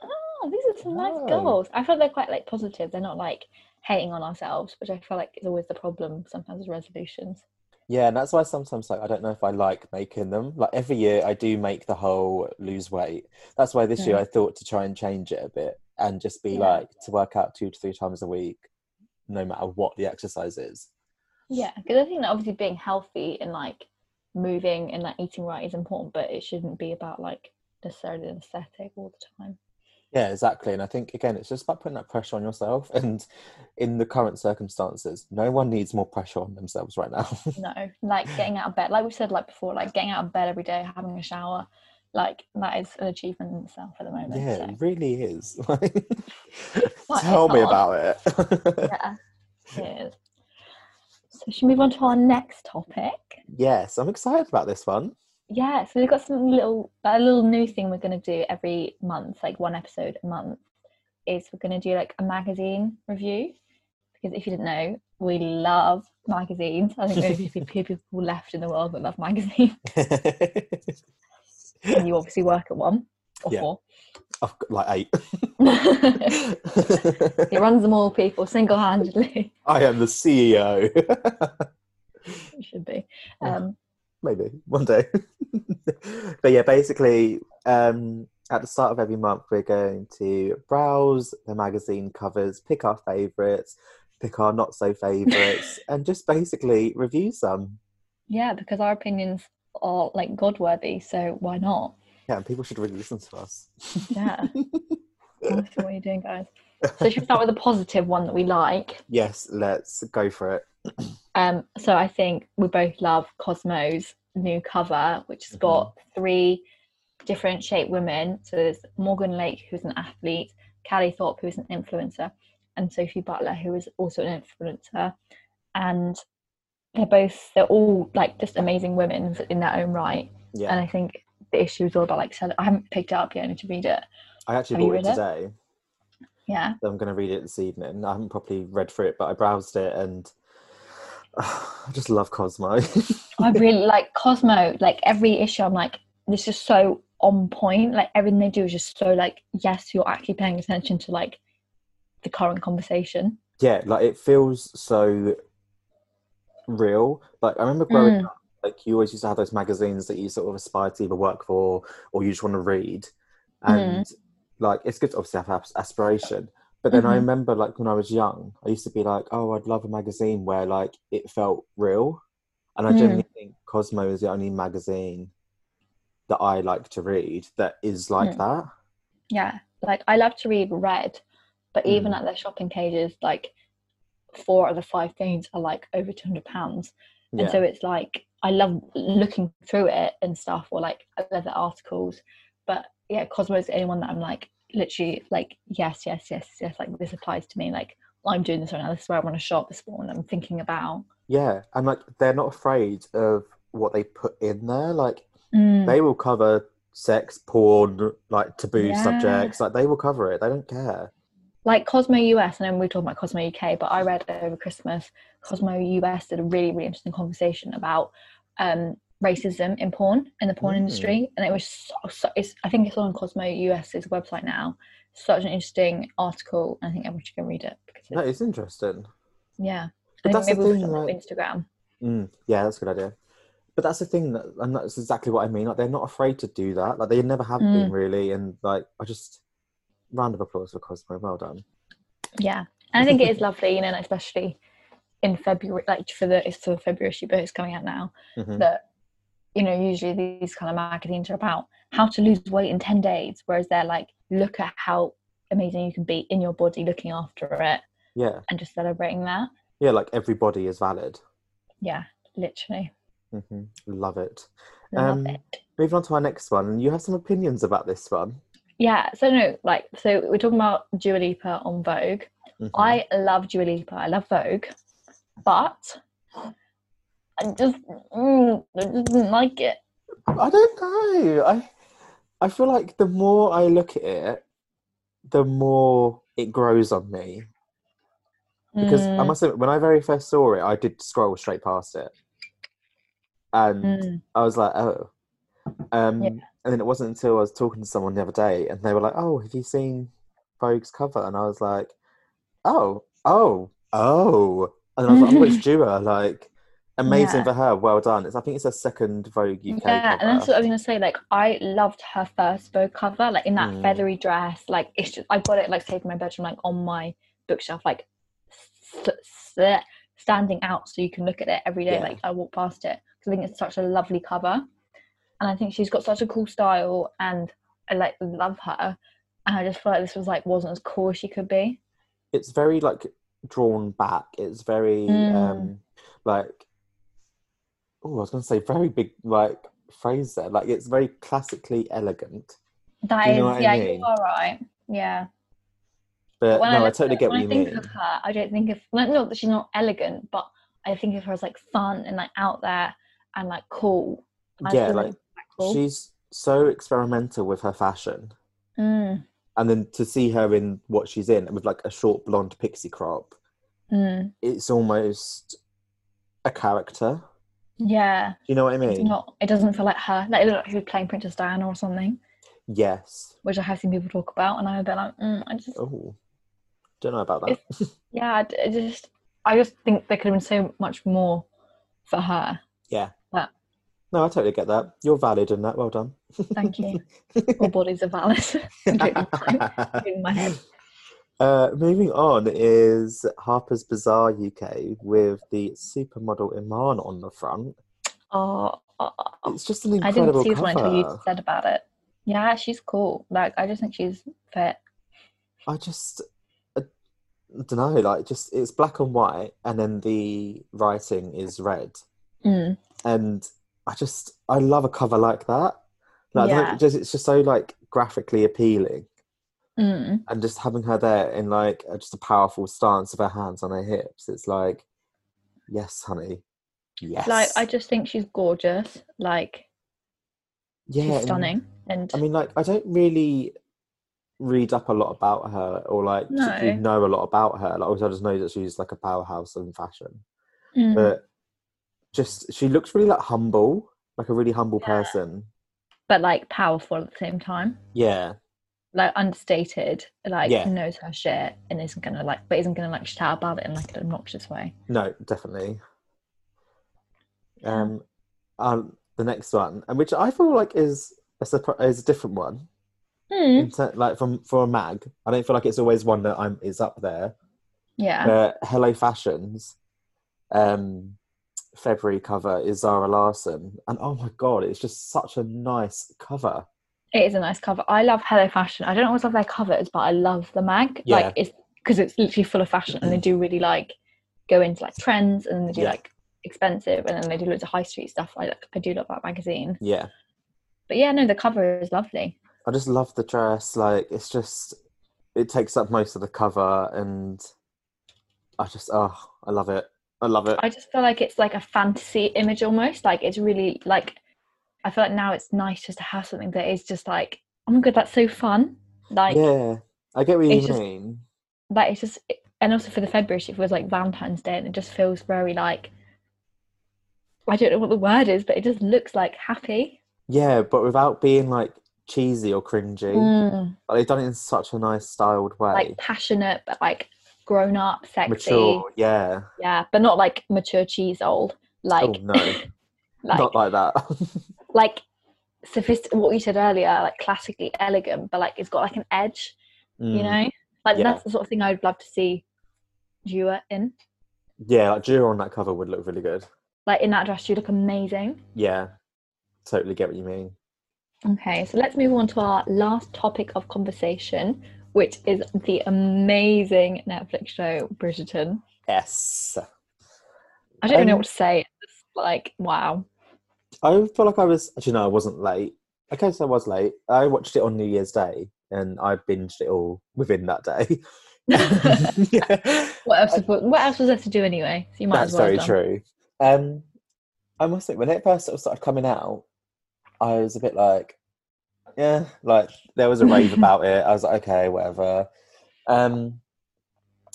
S1: Oh, these are some nice
S2: Oh.
S1: goals. I feel they're quite like positive. They're not like hating on ourselves, which I feel like is always the problem sometimes with resolutions.
S2: yeah, and that's why sometimes like I don't know if I like making them. Like every year I do make the whole lose weight. That's why this year
S1: Mm.
S2: I thought to try and change it a bit and just be
S1: Yeah.
S2: like to work out two to three times a week, no matter what the exercise is.
S1: Yeah, because I think that obviously being healthy and like moving and like eating right is important, but it shouldn't be about like necessarily an aesthetic all the time.
S2: Yeah, exactly. And I think again, it's just about putting that pressure on yourself. And in the current circumstances, no one needs more pressure on themselves right now.
S1: No, like getting out of bed, like we said like before, like getting out of bed every day, having a shower, like that is an achievement in itself at the moment.
S2: yeah,
S1: so.
S2: it really is.
S1: Well,
S2: Tell
S1: it's
S2: me
S1: not.
S2: about it.
S1: yeah, it is. So should we move on to our next topic?
S2: yes, I'm excited about this one.
S1: Yeah, so we've got some little a little new thing we're gonna do every month, like one episode a month, is we're gonna do like a magazine review. Because if you didn't know, we love magazines. I think there's a few few people left in the world that love magazines. And you obviously work at one or
S2: Yeah.
S1: four.
S2: I've got like
S1: he
S2: eight.
S1: runs them all, people, single handedly.
S2: I am the E CEO.
S1: He should be.
S2: Yeah.
S1: Um,
S2: maybe one day but yeah basically um at the start of every month we're going to browse the magazine covers pick our favorites pick our not so favorites and just basically review some
S1: yeah, because our opinions are like God worthy, so why not?
S2: yeah and people should really listen to us
S1: Yeah. Honestly, what are you doing, guys? So, should we start with a positive one that we like?
S2: yes let's go for it
S1: Um, so, I think we both love Cosmo's new cover, which has got three different shaped women. So, there's Morgan Lake, who's an athlete, Callie Thorpe, who's an influencer, and Sophie Butler, who is also an influencer. And they're both, they're all like just amazing women in their own right.
S2: yeah
S1: And I think the issue is all about like, cele- I haven't picked it up yet, I need to read it.
S2: i actually
S1: have you
S2: bought it
S1: read it?
S2: today
S1: Yeah.
S2: i'm going to read it this evening i haven't properly read through it but i browsed it and i just love cosmo
S1: I really like Cosmo. Like every issue, I'm like, this is so on point. Like everything they do is just so like, yes, you're actually paying attention to like the current conversation.
S2: yeah like it feels so real like i remember growing
S1: Mm.
S2: up like you always used to have those magazines that you sort of aspire to either work for or you just want to read and
S1: Mm-hmm.
S2: like it's good to obviously have as- aspiration but then i
S1: Mhm.
S2: remember like when i was young i used to be like oh i'd love a magazine where like it felt real and i
S1: Mm.
S2: generally think cosmo is the only magazine that i like to read that is like
S1: Mm.
S2: that
S1: Yeah, like I love to read Red, but even at their shopping pages, like four out of the five things are like over two hundred pounds, And so it's like I love looking through it and stuff, or like I love the articles. But yeah, Cosmo is the only one that I'm like literally like yes, yes, yes, yes. Like this applies to me. Like I'm doing this right now. This is where I want to shop. This is what I'm thinking about.
S2: Yeah, and like they're not afraid of what they put in there. Like
S1: Mm.
S2: they will cover sex, porn, like taboo
S1: Yeah.
S2: subjects. Like they will cover it. They don't care.
S1: like Cosmo US, and then we were talking about Cosmo UK, but I read over Christmas Cosmo US did a really, really interesting conversation about um, racism in porn in the porn
S2: Mm.
S1: industry, and it was so, so it's, I think it's on Cosmo US's website now. Such an interesting article, and I think everyone should go read it because
S2: No,
S1: it's,
S2: it's interesting.
S1: yeah,
S2: But
S1: I
S2: that's
S1: think maybe
S2: the
S1: we'll
S2: thing,
S1: put it on
S2: like-
S1: Instagram.
S2: Mm, yeah, that's a good idea. But that's the thing that, and that's exactly what I mean. Like they're not afraid to do that. Like they never have
S1: Mm.
S2: been really. And like I just round of applause for Cosmo. Well done.
S1: Yeah, and I think it is lovely, you know, like, especially in February, like for the it's for the February issue, but it's coming out now.
S2: Mhm.
S1: that you know usually these kind of magazines are about how to lose weight in 10 days whereas they're like look at how amazing you can be in your body looking after it
S2: Yeah,
S1: and just celebrating that
S2: yeah. Like everybody is valid.
S1: yeah literally
S2: hmm Love it.
S1: love
S2: Um,
S1: it
S2: Moving on to our next one, and you have some opinions about this one.
S1: yeah so no like so we're talking about Dua Lipa on Vogue
S2: Mhm.
S1: I love Dua Lipa I love Vogue but I just, mm, I just didn't like it
S2: I don't know. I I feel like the more I look at it, the more it grows on me. Because I
S1: Mm,
S2: must admit, when I very first saw it, I did scroll straight past it, and
S1: mm,
S2: I was like, oh. Um,
S1: Yeah.
S2: And then it wasn't until I was talking to someone the other day, and they were like, oh, have you seen Vogue's cover? And I was like, oh, oh, oh. And I was like, oh, it's Dua. Like, amazing
S1: Yeah.
S2: for her. Well done. It's, I think it's her second Vogue UK
S1: yeah,
S2: cover.
S1: and that's what I was gonna say. Like, I loved her first Vogue cover, like in that
S2: Mm.
S1: feathery dress. Like, it's just I got it like saved in my bedroom, like on my bookshelf, like s- s- standing out so you can look at it every day.
S2: Yeah.
S1: Like, I walk past it 'cause I think it's such a lovely cover, and I think she's got such a cool style, and I like love her. And I just feel like this was like wasn't as cool as she could be.
S2: it's very like drawn back. It's very
S1: Mm.
S2: um like oh, I was gonna say very big like phrase there. Like it's very classically elegant.
S1: That
S2: Do you
S1: is,
S2: know what I
S1: yeah,
S2: mean?
S1: you are right. Yeah.
S2: But
S1: when I
S2: no, I,
S1: look
S2: totally
S1: at-
S2: get
S1: when
S2: what
S1: I
S2: you
S1: think
S2: mean.
S1: of her, I don't think of not, not that she's not elegant, but I think of her as like fun and like out there and like cool. I
S2: Yeah,
S1: feel
S2: like
S1: that's cool.
S2: she's so experimental with her fashion.
S1: Mm,
S2: And then to see her in what she's in with like a short blonde pixie crop,
S1: mm,
S2: it's almost a character.
S1: yeah,
S2: Do you know what I mean?
S1: it's not. It doesn't feel like her. Like it looked like she was playing Princess Diana or something,
S2: Yes.
S1: which I have seen people talk about, and I'm a bit like, mm, I just
S2: Oh, don't know about that.
S1: yeah, I d- I just I just think there could have been so much more for her.
S2: No, I totally get that. You're valid in that. Well done.
S1: Thank you. All bodies are valid, including, mine, including my head.
S2: Uh, moving on is Harper's Bazaar UK with the supermodel Iman on the front.
S1: Oh, oh, oh.
S2: It's just an
S1: I didn't
S2: incredible
S1: see this one until you
S2: cover.
S1: said about it. Yeah, she's cool. Like I just think she's fit.
S2: I just I don't know, like just it's black and white, and then the writing is red,
S1: Mm.
S2: and I just I love a cover like that. Like I don't know,
S1: Yeah.
S2: just it's just so like graphically appealing,
S1: Mm.
S2: and just having her there in like a- just a powerful stance of her hands on her hips. It's like, yes, honey, yes.
S1: Like I just think she's gorgeous. Like
S2: yeah,
S1: she's
S2: and-
S1: stunning. And
S2: I mean, like, I don't really read up a lot about her or like
S1: No.
S2: particularly know a lot about her. Like, obviously, I just know that she's like a powerhouse in fashion,
S1: Mm.
S2: but just she looks really like humble, like a really humble
S1: Yeah.
S2: person.
S1: but like powerful at the same time.
S2: Yeah,
S1: Like understated. Like
S2: Yeah.
S1: knows her shit and isn't gonna like but isn't gonna like shout about it in like an obnoxious way.
S2: no, definitely.
S1: Yeah.
S2: Um, um, the next one, and which I feel like is a surpri- is a different one,
S1: Mm.
S2: in ter- like from for a mag. I don't feel like it's always one that I'm is up there.
S1: Yeah.
S2: Uh, Hello Fashions um, February cover is Zara Larson, and oh my god, it's just such a nice cover.
S1: It is a nice cover. I love Hello Fashion. I don't always love their covers, but I love the mag.
S2: Yeah. Mm.
S1: Like it's because it's literally full of fashion, and they do really like go into like trends, and they do
S2: Yeah.
S1: like expensive, and then they do loads of high street stuff. I I do love that magazine,
S2: Yeah.
S1: but yeah, no, the cover is lovely.
S2: I just love the dress. Like it's just it takes up most of the cover and I just oh, I love it. I love it.
S1: I just feel like it's like a fantasy image almost. Like it's really like I feel like now it's nice just to have something that is just like, oh my god, that's so fun. Like
S2: yeah. I get what you
S1: it's just-
S2: mean.
S1: that is just and also for the February issue, it feels like Valentine's Day and it just feels very like I don't know what the word is, but it just looks like happy.
S2: Yeah, but without being like cheesy or cringy.
S1: Mm,
S2: Like, they've done it in such a nice styled way.
S1: like passionate but like grown up, sexy.
S2: Mature, yeah.
S1: Yeah. But not like mature cheese old. Like
S2: oh no.
S1: like
S2: Not like that.
S1: like sophistic what you said earlier like classically elegant but like it's got like an edge you
S2: Mm.
S1: know like
S2: Yeah.
S1: that's the sort of thing i'd love to see Jua in
S2: Yeah, like Jura on that cover would look really good.
S1: like in that dress you look amazing
S2: Yeah. Totally get what you mean.
S1: okay so let's move on to our last topic of conversation which is the amazing netflix show bridgerton
S2: Yes.
S1: i don't even know
S2: Um,
S1: what to say it's like wow
S2: I feel like I was actually no, I wasn't late. I guess I was late. I watched it on New Year's Day and I binged it all within that day.
S1: what
S2: yeah.
S1: else what else was there to do anyway so you might
S2: That's
S1: as well
S2: very
S1: have done.
S2: true. Um, I must admit, when it first sort of started coming out, I was a bit like, yeah, like there was a rave about it. I was like, okay, whatever. Um,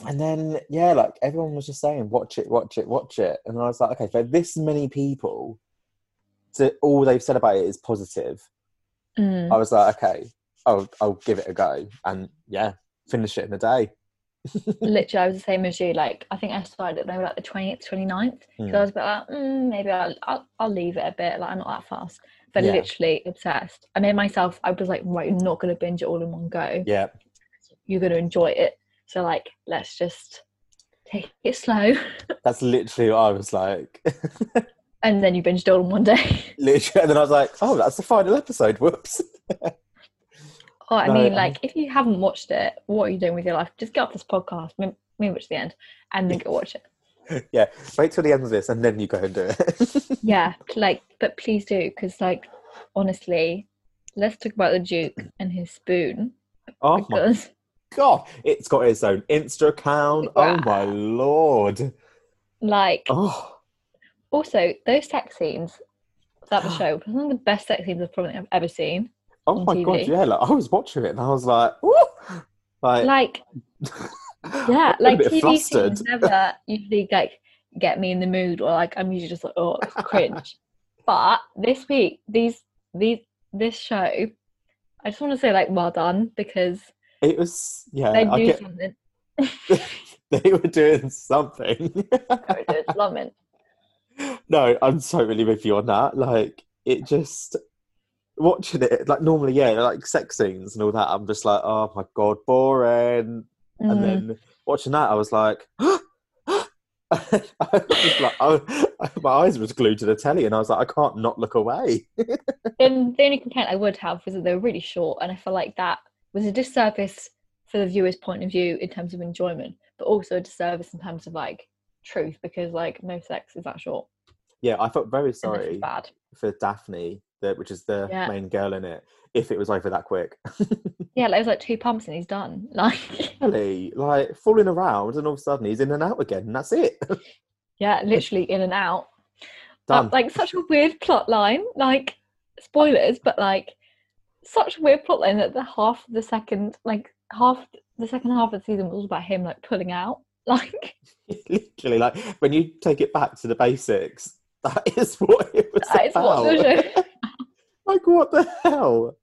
S2: and then yeah, like everyone was just saying, watch it, watch it, watch it, and I was like, okay, for this many people, to all they've said about it is positive.
S1: Mm.
S2: I was like, okay, I'll I'll give it a go, and yeah, finish it in a day.
S1: literally I was the same as you like I think I started it maybe like the 20th 29th because
S2: Hmm.
S1: I was a bit like mm, maybe I'll, I'll I'll leave it a bit like I'm not that fast but
S2: Yeah.
S1: literally obsessed I made myself I was like right you're not gonna binge it all in one go
S2: Yeah,
S1: you're gonna enjoy it so like let's just take it slow
S2: that's literally what I was like.
S1: and then you binged it all in one day
S2: literally, and then I was like, "Oh, that's the final episode." Whoops.
S1: oh I
S2: No,
S1: mean
S2: I-
S1: like if you haven't watched it what are you doing with your life just get off this podcast move, move it to the end and then go watch it
S2: yeah, wait till the end of this, and then you go and do it.
S1: yeah like but please do because like honestly let's talk about the duke and his spoon
S2: oh my
S1: because
S2: god, it's got its own Insta account. Oh my lord.
S1: like
S2: Oh
S1: also those sex scenes that the show was one of the best sex scenes I've probably I've ever seen
S2: oh
S1: On
S2: my god,
S1: TV.
S2: yeah. Like I was watching it, and I was like, "Woo!" Like,
S1: like
S2: I
S1: yeah
S2: got a
S1: like
S2: bit
S1: TV
S2: flustered.
S1: scenes never usually like get me in the mood or like I'm usually just like oh it's cringe but this week these these this show I just want to say like well done because
S2: It was yeah.
S1: they
S2: Uh, I
S1: do
S2: get,
S1: something
S2: they were doing something.
S1: that would do it, plumbing.
S2: no, I'm totally with you on that. Like, it just watching it like normally, yeah, like sex scenes and all that. I'm just like, oh my god, boring.
S1: Mm.
S2: And then watching that, I was like, I was like, I, my eyes was glued to the telly, and I was like, I can't not look away.
S1: then the only complaint I would have was that they were really short, and I feel like that was a disservice for the viewer's point of view in terms of enjoyment, but also a disservice in terms of like truth because like no sex is that short.
S2: Yeah, I felt very
S1: and this is
S2: sorry
S1: bad.
S2: for Daphne, the, which is the
S1: Yeah.
S2: main girl in it. If it was over that quick,
S1: Yeah, like, it was like two pumps and he's done. Like,
S2: really, like falling around, and all of a sudden he's in and out again, and that's it.
S1: yeah, literally in and out.
S2: Done.
S1: But, like such a weird plot line. Like spoilers, but like such a weird plot line that the half of the second, like half the second half of the season was all about him like pulling out. Like
S2: Literally, like when you take it back to the basics, that is what it was
S1: that is
S2: about.
S1: what the show
S2: like what the hell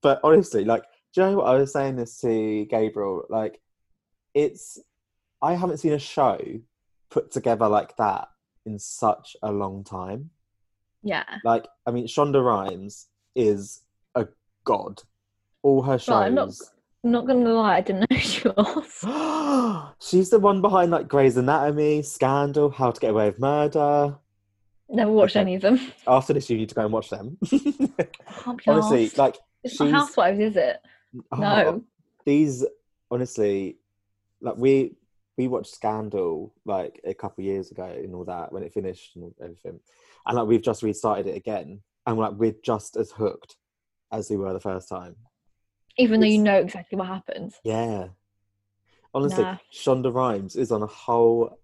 S2: but honestly like do you know what i was saying this to gabriel like it's i haven't seen a show put together like that in such a long time
S1: Yeah.
S2: like i mean shonda rhimes is a god all her shows
S1: Well, I'm not- I'm not gonna lie, I didn't know she was.
S2: she's the one behind like grey's anatomy scandal how to get away with murder
S1: Never watched
S2: Okay.
S1: any of them.
S2: after this you need to go and watch them
S1: Can't be
S2: honestly
S1: arsed.
S2: like
S1: it's not
S2: she's-
S1: Housewives, is it?
S2: oh,
S1: no.
S2: these honestly like we we watched Scandal like a couple years ago and all that when it finished and everything, and like we've just restarted it again, and like we're just as hooked as we were the first time.
S1: even though you
S2: It's-
S1: know exactly what happens.
S2: Yeah, honestly,
S1: Nah.
S2: Shonda Rhimes is on a whole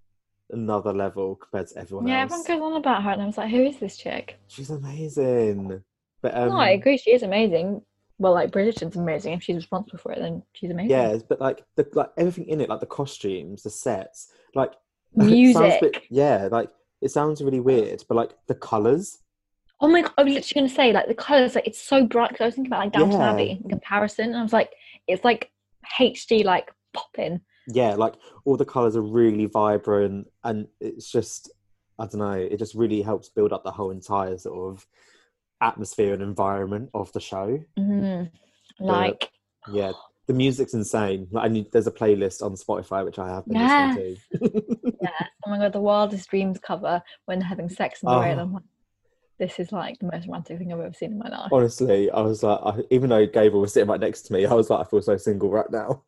S2: another level compared to everyone
S1: yeah,
S2: else.
S1: everyone goes on about her, and I was like, "Who is this chick?"
S2: She's amazing. But um,
S1: no, I agree. She is amazing. Well, like Bridgerton's amazing. If she's responsible for it, then she's amazing.
S2: yeah, but like the like everything in it, like the costumes, the sets, like it sounds
S1: Music.
S2: a bit- yeah, like it sounds really weird, but like the colors.
S1: Oh my god! I was literally gonna say like the colors. Like it's so bright. 'cause I was thinking about like Downton
S2: Yeah.
S1: Abbey in comparison, and I was like, it's like HD like popping.
S2: yeah, like all the colors are really vibrant, and it's just I don't know, it just really helps build up the whole entire sort of atmosphere and environment of the show.
S1: Mm. Like
S2: Yeah, the music's insane. Like, I need there's a playlist on Spotify which I have been listening to.
S1: oh my god, the wildest dreams cover when they're having sex in the
S2: Oh.
S1: rail. I'm like, this is like the most romantic thing I've ever seen in my life.
S2: Honestly, I was like, I, even though Gabriel was sitting right next to me, I was like, I feel so single right now.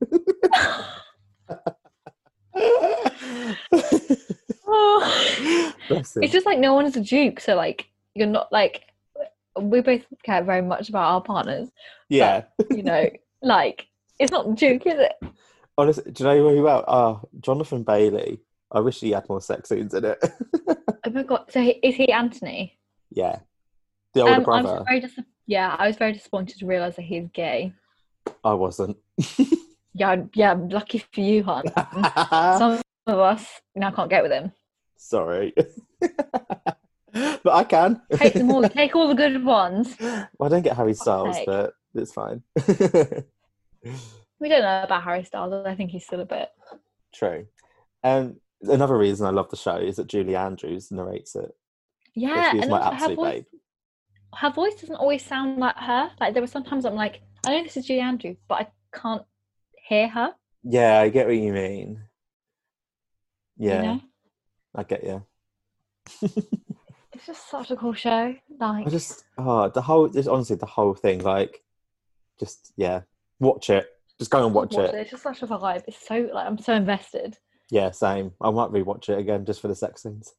S1: Oh.
S2: Bless him.
S1: It's just like no one's a dupe, so like you're not like we both care very much about our partners,
S2: yeah.
S1: you know. like it's not duke, is it?
S2: Honestly, do you know who else? Ah, Jonathan Bailey. I wish he had more sex scenes in it.
S1: Oh my god! So he, is he Anthony? Um,
S2: yeah. The older
S1: I
S2: brother.
S1: was very dis- yeah, I was very disappointed to realise that he's gay.
S2: I wasn't.
S1: Yeah, I'd- yeah. Lucky for you, hon. Some of us now can't get with him.
S2: Sorry. but I can.
S1: Take them all. take all the good ones.
S2: well, I don't get Harry Styles,
S1: sake.
S2: but it's fine.
S1: We don't know about Harry Styles. I think he's still a bit.
S2: True. Um, another reason I love the show is that Julie Andrews narrates it.
S1: Yeah,
S2: she is
S1: and
S2: my
S1: also her
S2: absolute
S1: voice.
S2: babe.
S1: her voice doesn't always sound like her. Like there were sometimes I'm like, I know this is Julie Andrews, but I can't hear her.
S2: Yeah, I get what you mean.
S1: you
S2: Yeah,
S1: know?
S2: I get you.
S1: it's just such a cool show. Like,
S2: I just oh the whole just honestly the whole thing like just yeah watch it just go and watch, it.
S1: It's just such a vibe. It's so like I'm so invested.
S2: yeah same I might rewatch it again just for the sex scenes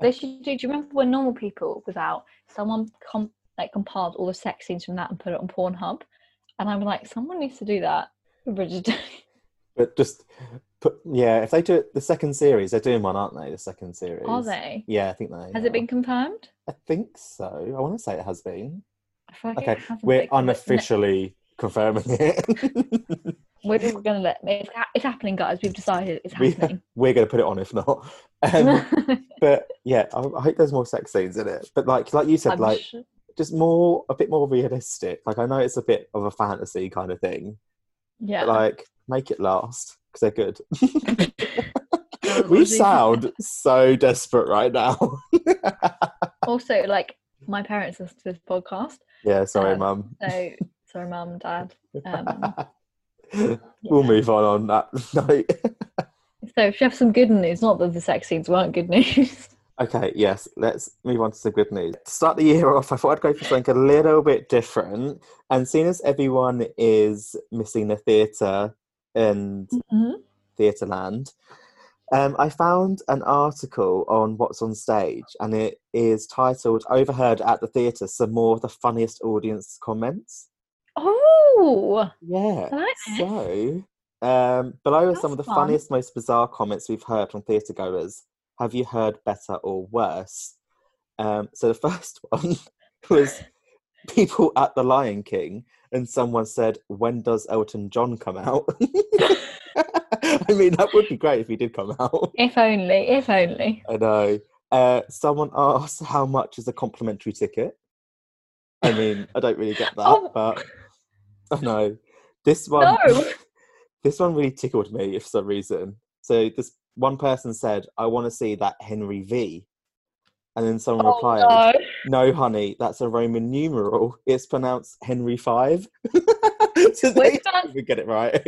S1: they should do. Do you remember when Normal People was out? Someone com- like compiled all the sex scenes from that and put it on Pornhub, and I'm like, someone needs to do that. for Bridgerton.
S2: but just put yeah if they do it the second series they're doing one aren't they the second series
S1: Are they?
S2: yeah I think they
S1: Has
S2: are.
S1: it been confirmed?
S2: I think so I want to say it has been
S1: I feel like it
S2: okay
S1: hasn't been,
S2: we're
S1: 'cause it's ne-
S2: unofficially confirming it
S1: We're just gonna let it's, ha- it's happening, guys. We've decided it's
S2: we,
S1: happening.
S2: we're gonna put it on if not um, but yeah I, I hope there's more sex scenes in it but like like you said
S1: I'm
S2: like
S1: sure-
S2: just more a bit more realistic. Like I know it's a bit of a fantasy kind of thing,
S1: yeah.
S2: but like make it last because they're good. we
S1: Honestly.
S2: sound so desperate right now.
S1: also like my parents listen to this podcast,
S2: yeah, sorry,
S1: Um,
S2: mum.
S1: so sorry, mum, dad. Um,
S2: We'll move on on that note.
S1: so if you have some good news, not that the sex scenes weren't good news.
S2: okay, yes, let's move on to some good news. To start the year off, I thought I'd go for something a little bit different. And seeing as everyone is missing the theatre and Theatreland, um, I found an article on What's on Stage, and it is titled "Overheard at the Theatre: Some more of the funniest audience comments."
S1: Oh,
S2: Yeah.
S1: nice.
S2: So, um, below are some of the
S1: That's fun.
S2: funniest, most bizarre comments we've heard from theatre goers. Have you heard better or worse? Um, so the first one was people at the Lion King, and someone said, "When does Elton John come out?" I mean, that would be great if he did come out.
S1: if only, if only.
S2: I know. Uh, someone asked how much is a complimentary ticket. I mean, I don't really get that,
S1: Oh.
S2: but I know this one.
S1: No.
S2: This one really tickled me for some reason. So this one person said, "I want to see that Henry V," and then someone replied,
S1: Oh,
S2: no. honey, that's a Roman numeral. It's pronounced Henry Five." so they
S1: Wait, that's-
S2: didn't get it right.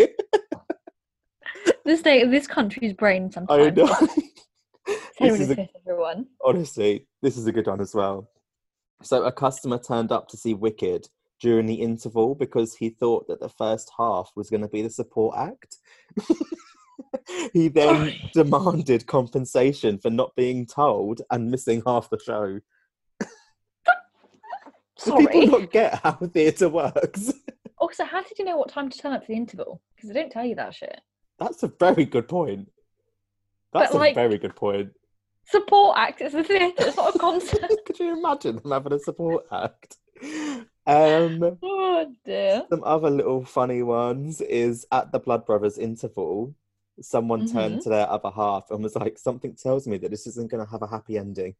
S1: this day, this country's brain sometimes.
S2: oh no!
S1: It's
S2: this
S1: Henry
S2: is a
S1: Smith, everyone.
S2: honestly, this is a good one as well. So a customer turned up to see Wicked during the interval because he thought that the first half was going to be the support act. he then
S1: Sorry.
S2: demanded compensation for not being told and missing half the show. Do
S1: Sorry.
S2: people not get how theatre works?
S1: Also, how did you know what time to turn up for the interval? Because they don't tell you that shit.
S2: That's a very good point. That's
S1: like-
S2: a very good point.
S1: Support act is the theatre, it's not a concert.
S2: Could you imagine them having a support act? Um,
S1: oh dear.
S2: some other little funny ones is at the Blood Brothers interval, someone
S1: Mm-hmm.
S2: turned to their other half and was like, "Something tells me that this isn't going to have a happy ending."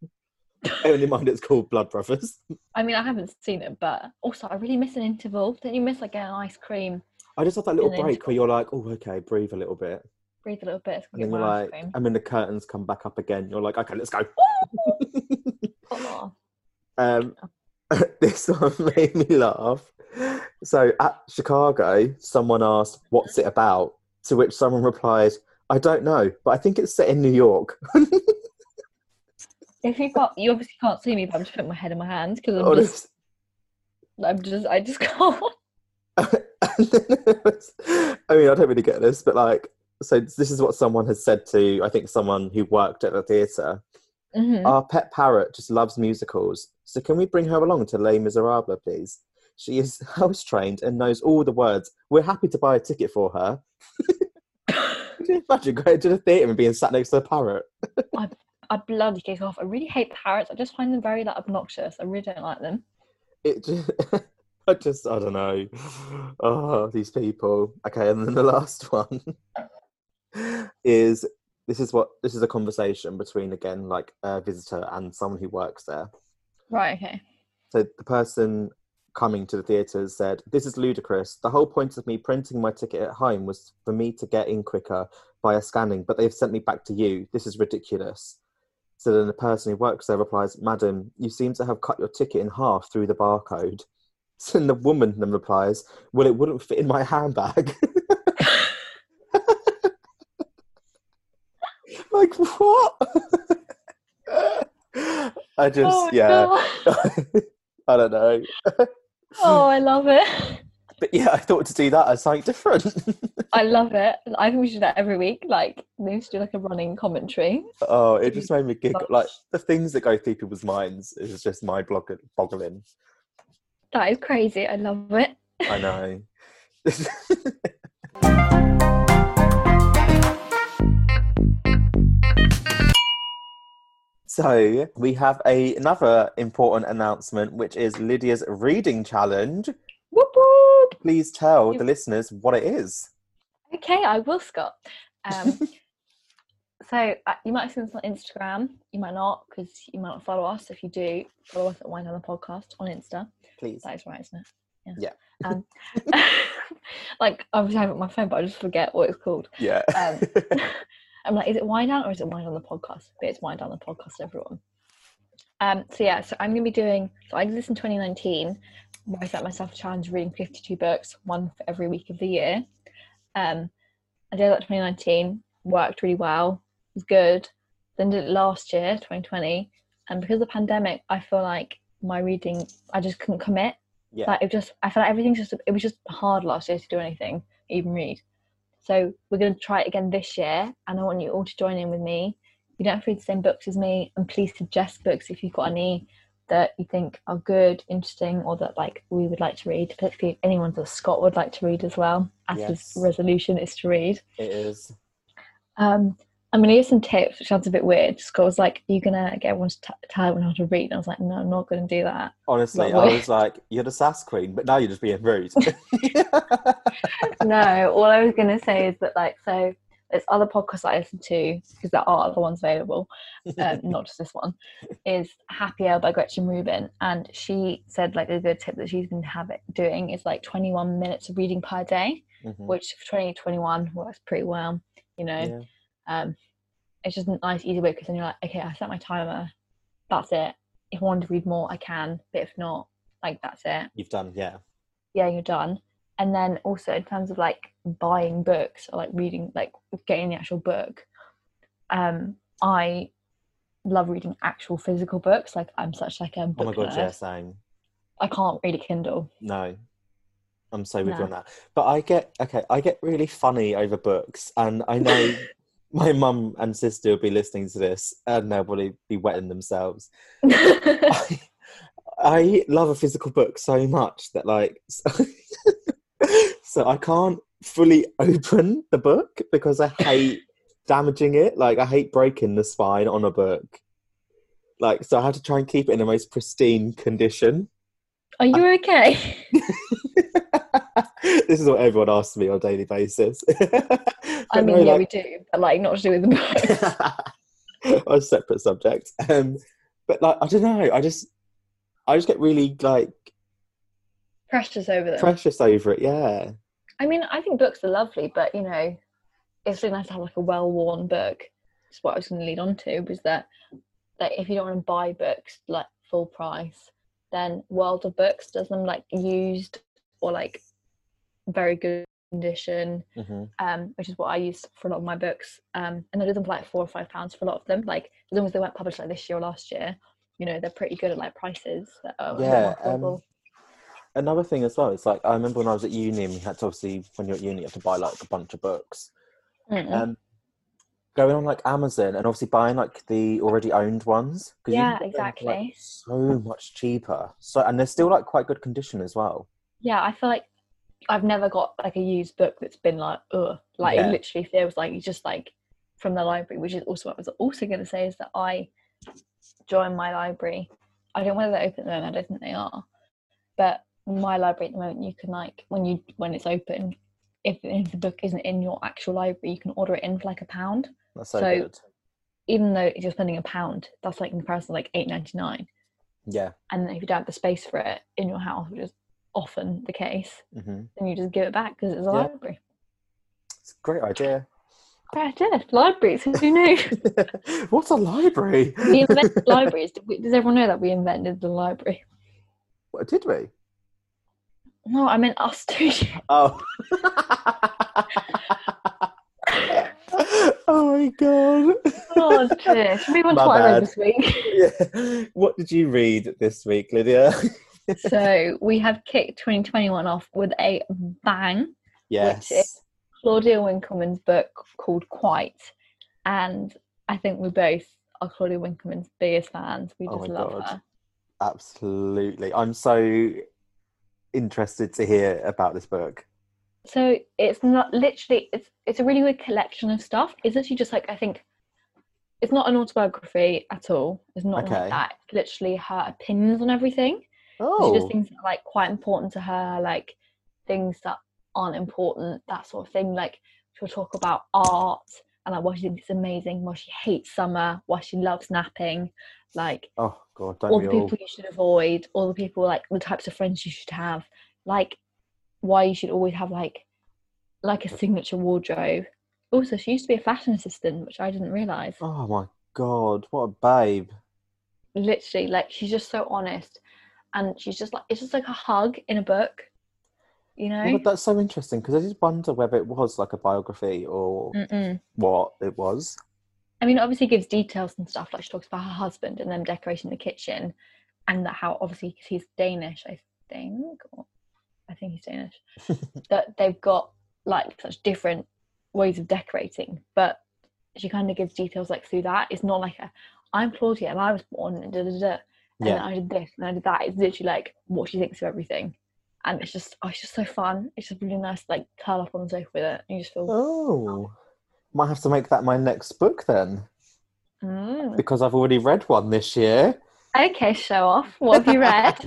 S2: Only mind it's called Blood Brothers.
S1: I mean, I haven't seen it, but also, I really miss an interval. Don't you miss like an ice cream?
S2: I just have that little
S1: And then
S2: break where you're like, "Oh, okay, breathe a little bit,"
S1: Breathe a little bit. It's gonna
S2: and
S1: get
S2: then you're
S1: more ice
S2: like,
S1: cream.
S2: and then the curtains come back up again. You're like, "Okay, let's go."
S1: Oh,
S2: Um, this one made me laugh. So at Chicago, someone asked, "What's it about?" To which someone replied, "I don't know, but I think it's set in New York."
S1: if you can't, you obviously can't see me, but I'm just putting my head in my hands because I'm just,
S2: Honest-
S1: I'm just, I just can't.
S2: And then it was- I mean, I don't really get this, but like, so this is what someone has said to I think someone who worked at the theatre.
S1: Mhm.
S2: Our pet parrot just loves musicals, so can we bring her along to Les Miserables, please? She is house trained and knows all the words. We're happy to buy a ticket for her. Could you imagine going to the theatre and being sat next to a parrot?
S1: I bloody kick off. I really hate parrots. I just find them very like obnoxious. I really don't like them.
S2: It just, I just, I don't know. Oh, these people. Okay, and then the last one is this is what this is a conversation between again like a visitor and someone who works there.
S1: Right. Okay.
S2: So the person coming to the theatre said, "This is ludicrous. The whole point of me printing my ticket at home was for me to get in quicker via scanning, but they've sent me back to you. This is ridiculous." So then the person who works there replies, "Madam, you seem to have cut your ticket in half through the barcode." So then the woman then replies, "Well, it wouldn't fit in my handbag." like what? I just
S1: oh my
S2: yeah.
S1: God.
S2: I don't know.
S1: Oh, I love it.
S2: But yeah, I thought to do that as something different.
S1: I love it. I think we should do that every week. Like we should do like a running commentary.
S2: oh, it just made me giggle. Like the things that go through people's minds is just mind blog- boggling.
S1: That is crazy. I love it.
S2: I know. so we have a, another important announcement, which is Lydia's reading challenge.
S1: Whoop whoop.
S2: Please tell
S1: You-
S2: the listeners what it is.
S1: Okay, I will, Scott. Um, so uh, you might have seen us on Instagram. You might not because you might not follow us. If you do, follow us at Wine Down the Podcast on Insta.
S2: Please.
S1: That is right, isn't it? Um, like obviously I have it on my phone, but I just forget what it's called.
S2: Yeah.
S1: Um, I'm like, is it wine down or is it wine on the podcast? But it's wine down the podcast, everyone. Um, so yeah, so I'm gonna be doing. So I did this in 2019. Where I set myself a challenge of reading 52 books, one for every week of the year. Um, I did that in 2019. Worked really well. Was good. Then did it last year, 2020. And because of the pandemic, I feel like my reading, I just couldn't commit.
S2: yeah.
S1: Like it just, I felt like everything's just, it was just hard last year to do anything, even read. So we're going to try it again this year, and I want you all to join in with me. You don't have to read the same books as me, and please suggest books if you've got any that you think are good, interesting, or that like we would like to read, particularly any ones that Scott would like to read as well, as
S2: Yes.
S1: his resolution is to read.
S2: It is.
S1: Um, I'm going to give some tips, which sounds a bit weird, just 'cause I was like, you're going to get everyone to t- tell everyone how to read, and I was like, no, I'm not going to do that.
S2: Honestly,
S1: Not
S2: I
S1: worth-
S2: was like, you're the sass queen, but now you're just being rude. Mm-hmm.
S1: no, all I was going to say is that, like, so there's other podcasts I listen to because there are other ones available, um, not just this one, is Happier by Gretchen Rubin. And she said, like, a good tip that she's been have doing is like 21 minutes of reading per day,
S2: Mhm.
S1: which for 2021 works pretty well, you know.
S2: Yeah.
S1: Um, it's just a nice, easy way because then you're like, okay, I set my timer, that's it. If I want to read more, I can, but if not, like, that's it
S2: You've done, yeah.
S1: yeah, you're done. And then also in terms of like buying books or like reading, like getting the actual book, um, I love reading actual physical books. Like I'm such like a
S2: Oh
S1: book
S2: my god,
S1: nerd.
S2: yeah, same.
S1: I can't read a Kindle.
S2: No. I'm so with you
S1: No.
S2: on that. But I get okay. I get really funny over books, and I know my mum and sister will be listening to this, and they'll probably be wetting themselves. I, I love a physical book so much that like, so, so I can't fully open the book because I hate damaging it. Like I hate breaking the spine on a book. Like so, I had to try and keep it in the most pristine condition.
S1: Are you okay?
S2: this is what everyone asks me on a daily basis.
S1: I
S2: But
S1: mean,
S2: no,
S1: yeah,
S2: like-
S1: we do, but like not to do with the book.
S2: on a separate subject. Um, but like, I don't know. I just, I just get really like
S1: Precious over them.
S2: precious over it. Yeah,
S1: I mean, I think books are lovely, but you know, it's really nice to have like a well-worn book. That's what I was going to lead on to was that that if you don't want to buy books like full price, then World of Books does them like used or like very good condition, um, which is what I use for a lot of my books. Um, and they do them for like four or five pounds for a lot of them. Like as long as they weren't published like this year or last year, you know, they're pretty good at like prices. That are a bit
S2: Yeah,
S1: more affordable.
S2: um, another thing as well. It's like I remember when I was at uni, and we had to obviously when you're at uni, you have to buy like a bunch of books.
S1: Mm.
S2: Um, going on like Amazon and obviously buying like the already owned ones. 'cause you can
S1: Yeah,
S2: get them for, like,
S1: exactly.
S2: so much cheaper. So and they're still like quite good condition as well.
S1: yeah i feel like i've never got like a used book that's been like ugh like
S2: Yeah.
S1: it literally feels like you just like from the library which is also what i was also going to say is that i joined my library i don't know whether they're open at the moment i don't think they are but my library at the moment you can like when you when it's open if, if the book isn't in your actual library you can order it in for like a pound
S2: That's so,
S1: So-
S2: good.
S1: even though if you're spending a pound that's like in comparison to like 8.99
S2: Yeah.
S1: and then if you don't have the space for it in your house which is often the case
S2: hmm
S1: then you just give it back because it's a
S2: Yeah.
S1: library
S2: It's a great idea.
S1: Yeah, I did. Libraries, who knew?
S2: What's a library?
S1: we invented libraries. Did we, does everyone know that we invented the library?
S2: What, did we?
S1: No, I meant us two.
S2: Oh. oh my god.
S1: oh, dear. Should we move on to
S2: My
S1: what I read
S2: bad.
S1: this week?
S2: Yeah. What did you read this week, Lydia?
S1: so we have kicked 2021 off with a bang.
S2: Yes.
S1: is- Claudia Winkleman's book called Quite. And I think we both are Claudia Winkleman's biggest fans. We
S2: Oh
S1: just
S2: my
S1: love
S2: God.
S1: her.
S2: Absolutely. I'm so interested to hear about this book.
S1: so it's not literally it's it's a really good collection of stuff it's actually just like i think it's not an autobiography at all it's not
S2: Okay.
S1: like that it's literally her opinions on everything It's
S2: Oh.
S1: just things that are like quite important to her like things that aren't important that sort of thing like she'll talk about art and like why she thinks it's amazing why she hates summer why she loves napping like
S2: Oh god, don't
S1: all
S2: we
S1: the
S2: all?
S1: people you should avoid, all the people like the types of friends you should have, like why you should always have like like a signature wardrobe. Also, she used to be a fashion assistant, which I didn't realize.
S2: Oh my god, what a babe.
S1: Literally, like she's just so honest, and she's just like it's just like a hug in a book, you know.
S2: Well, but that's so interesting because I just wonder whether it was like a biography or
S1: Mm-mm.
S2: what it was.
S1: I mean, it obviously gives details and stuff. Like she talks about her husband and them decorating the kitchen, and that how obviously 'cause he's Danish, I think, or I think he's Danish. that they've got like such different ways of decorating, but she kind of gives details like through that. It's not like a I'm Claudia and I was born and da da da, and
S2: Yeah.
S1: I did this and I did that. It's literally like what she thinks of everything, and it's just oh, it's just so fun. It's just really nice, to, like curl up on the sofa with it, and you just feel.
S2: Oh, might have to make that my next book then
S1: Mm.
S2: because I've already read one this year.
S1: Okay, show off. What have you read?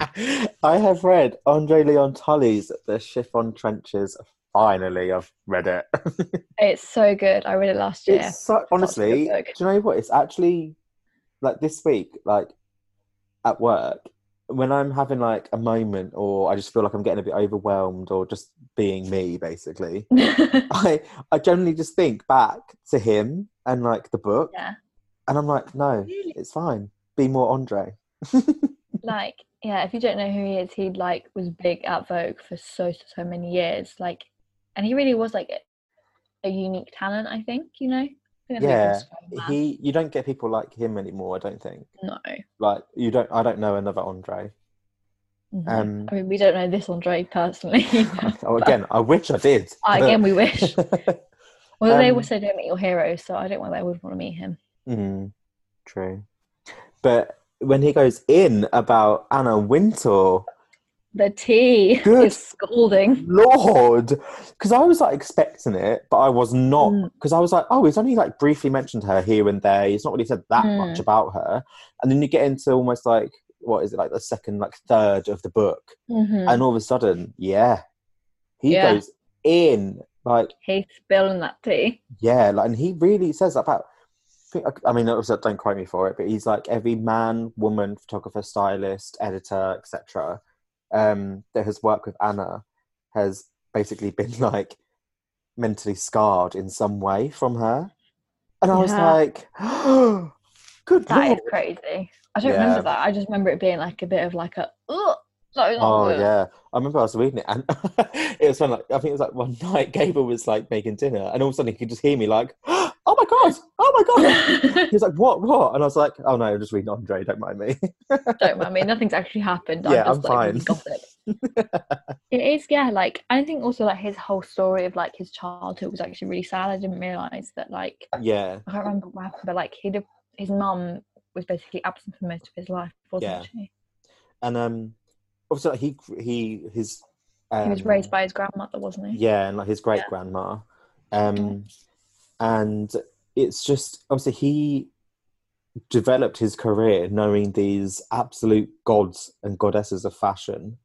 S2: I have read Andre Leon Tully's The Chiffon Trenches. Finally, I've read it.
S1: It's so good. I read it last year.
S2: It's so, honestly, do
S1: book.
S2: you know what? It's actually like this week, like at work, when I'm having like a moment or I just feel like I'm getting a bit overwhelmed or just being me, basically. I I generally just think back to him and like the book,
S1: yeah,
S2: and I'm like, no,
S1: Really?
S2: it's fine. Be more Andre.
S1: like yeah. If you don't know who he is, he like was big at Vogue for so so, so many years. Like, and he really was like a, a unique talent. I think you know. I don't know
S2: Yeah,
S1: if you can describe
S2: He, you don't get people like him anymore. I don't think.
S1: that. no.
S2: Like you don't. I don't know another Andre.
S1: Mhm.
S2: Um,
S1: I mean, we don't know this Andre personally.
S2: oh, again, I wish I did.
S1: Uh, again, we wish. Well, they
S2: Um,
S1: would say don't meet your heroes, so I don't know why they would want to meet him.
S2: Mm, true. But when he goes in about Anna Wintour,
S1: The tea
S2: Good.
S1: is scalding.
S2: Lord, because I was like expecting it, but I was not.
S1: Mm.
S2: Because I was like, oh, he's only like briefly mentioned her here and there. He's not really said that
S1: Mm.
S2: much about her. And then you get into almost like what is it like the second, like third of the book,
S1: Mhm.
S2: and all of a sudden, yeah, he
S1: Yeah.
S2: goes in like
S1: He's spilling that tea.
S2: yeah, like, and he really says that about. I mean, obviously, don't quote me for it, but he's like every man, woman, photographer, stylist, editor, etc. Um, that has worked with Anna has basically been like mentally scarred in some way from her, and I was
S1: Yeah.
S2: like, "Good
S1: That is
S2: lord!"
S1: crazy. I don't
S2: Yeah.
S1: remember that. I just remember it being like a bit of like a oh,
S2: Oh yeah, I remember I was reading it, and it was when like I think it was like one night Gable was like making dinner, and all of a sudden he could just hear me like, "Oh my god! Oh my god!" He was like, "What? What?" And I was like, "Oh no, I'm just reading Andre. Don't mind me."
S1: don't mind me. Nothing's actually happened.
S2: Yeah,
S1: I'm just
S2: I'm
S1: like
S2: fine.
S1: reading gossip. it is, yeah. Like I think also like his whole story of like his childhood was actually really sad. I didn't realize that like
S2: yeah,
S1: I can't remember what happened, but like he his mum was basically absent for most of his life, wasn't
S2: Yeah.
S1: she?
S2: and um, obviously like, he he his um,
S1: He was raised by his grandmother, wasn't he?
S2: yeah, and like his great grandma, um, and it's just obviously he developed his career knowing these absolute gods and goddesses of fashion.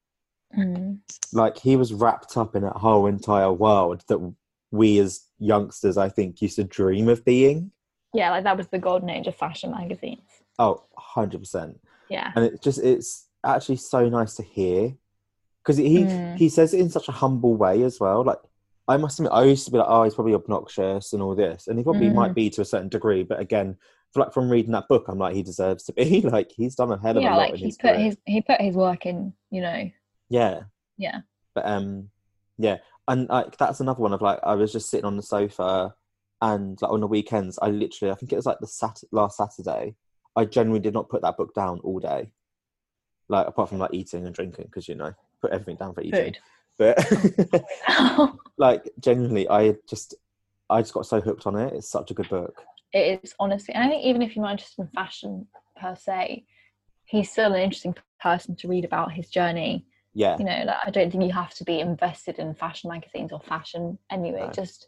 S1: Mm.
S2: like he was wrapped up in that whole entire world that we as youngsters i think used to dream of being
S1: Yeah, like that was the golden age of fashion magazines.
S2: oh 100%
S1: Yeah.
S2: and it's just it's actually so nice to hear because he
S1: Mm.
S2: he says it in such a humble way as well like i must admit i used to be like oh he's probably obnoxious and all this and he probably
S1: Mm.
S2: might be to a certain degree but again f- like from reading that book i'm like he deserves to be like he's done a hell of a
S1: Yeah,
S2: lot
S1: like
S2: in
S1: he
S2: his
S1: put
S2: career.
S1: his he put his work in, you know.
S2: Yeah.
S1: Yeah.
S2: But um yeah. And like that's another one of like I was just sitting on the sofa and like on the weekends I literally I think it was like the sat last Saturday, I genuinely did not put that book down all day. Like apart from like eating and drinking, because you know, put everything down for eating.
S1: Food.
S2: But
S1: it
S2: like genuinely I just I just got so hooked on it. It's such a good book.
S1: is honestly and I think even if you're not interested in fashion per se, he's still an interesting person to read about his journey.
S2: Yeah.
S1: You know, like, I don't think you have to be invested in fashion magazines or fashion anyway.
S2: No.
S1: Just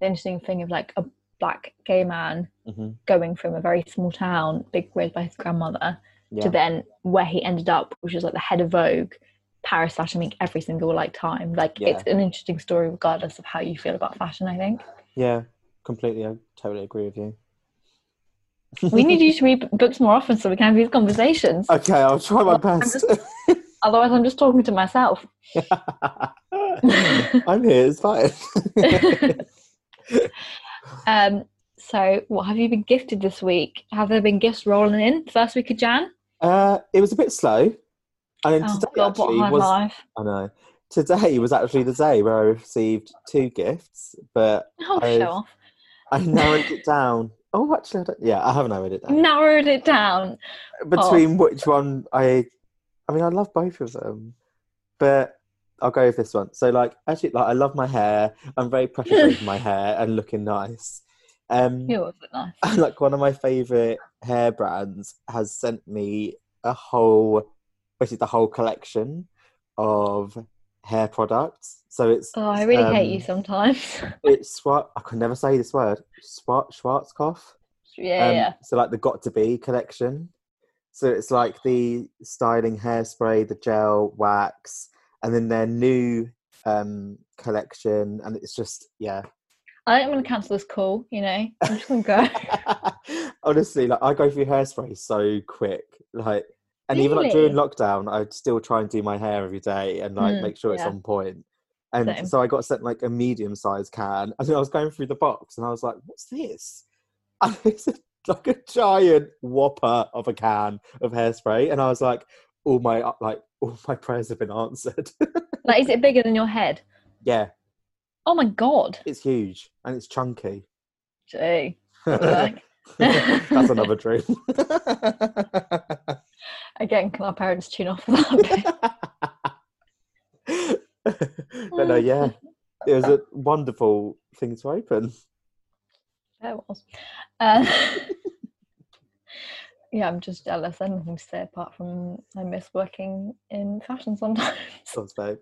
S1: the interesting thing of like a black gay man
S2: hmm
S1: going from a very small town, big raised by his grandmother,
S2: Yeah.
S1: to then where he ended up, which was like the head of Vogue, Paris Fashion Week every single like time. Like
S2: Yeah.
S1: it's an interesting story regardless of how you feel about fashion, I think.
S2: Yeah. Completely I totally agree with you.
S1: We need you to read b- books more often so we can have these conversations.
S2: Okay, I'll try my best.
S1: Otherwise I'm just talking to myself.
S2: I'm here, it's fine.
S1: um so what have you been gifted this week? Have there been gifts rolling in first week of Jan?
S2: Uh, it was a bit slow. And then
S1: Oh
S2: today
S1: god, what
S2: actually
S1: high
S2: was
S1: life.
S2: I know. Today was actually the day where I received two gifts, but
S1: Oh
S2: I've-
S1: show off.
S2: I narrowed it down. Oh, actually, I don't, yeah, I have narrowed it down
S1: Narrowed it down.
S2: between which one I. I mean, I love both of them, but I'll go with this one. So, like, actually, like, I love my hair. I'm very precious over my hair and looking nice. Um,
S1: It was nice.
S2: and like one of my favorite hair brands has sent me a whole basically the whole collection of hair products so it's
S1: Oh, I really hate
S2: um,
S1: you sometimes.
S2: it's Swart. i can never say this word Swart, schwarzkopf um,
S1: yeah, yeah.
S2: so like the got to be collection so it's like the styling hairspray the gel wax and then their new um collection and it's just yeah
S1: I think I'm gonna cancel this call. You know, I'm just gonna go.
S2: Honestly, like I go through hairspray so quick, like, and even like during lockdown, I'd still try and do my hair every day and like
S1: Mm,
S2: make sure it's
S1: yeah.
S2: on point. And
S1: Same.
S2: so I got sent like a medium sized can, and I was going through the box, and I was like, "What's this?" And it's a, like a giant whopper of a can of hairspray, and I was like, "All my uh, like all my prayers have been answered."
S1: like, is it bigger than your head?
S2: yeah,
S1: Oh my god!
S2: it's huge and it's chunky.
S1: Gee.
S2: That's another dream.
S1: Again, can our parents tune off that?
S2: but no, yeah, it was a wonderful thing to open.
S1: Yeah, it was. Uh, yeah, I'm just jealous. I have nothing to say apart from I miss working in fashion sometimes.
S2: So, so.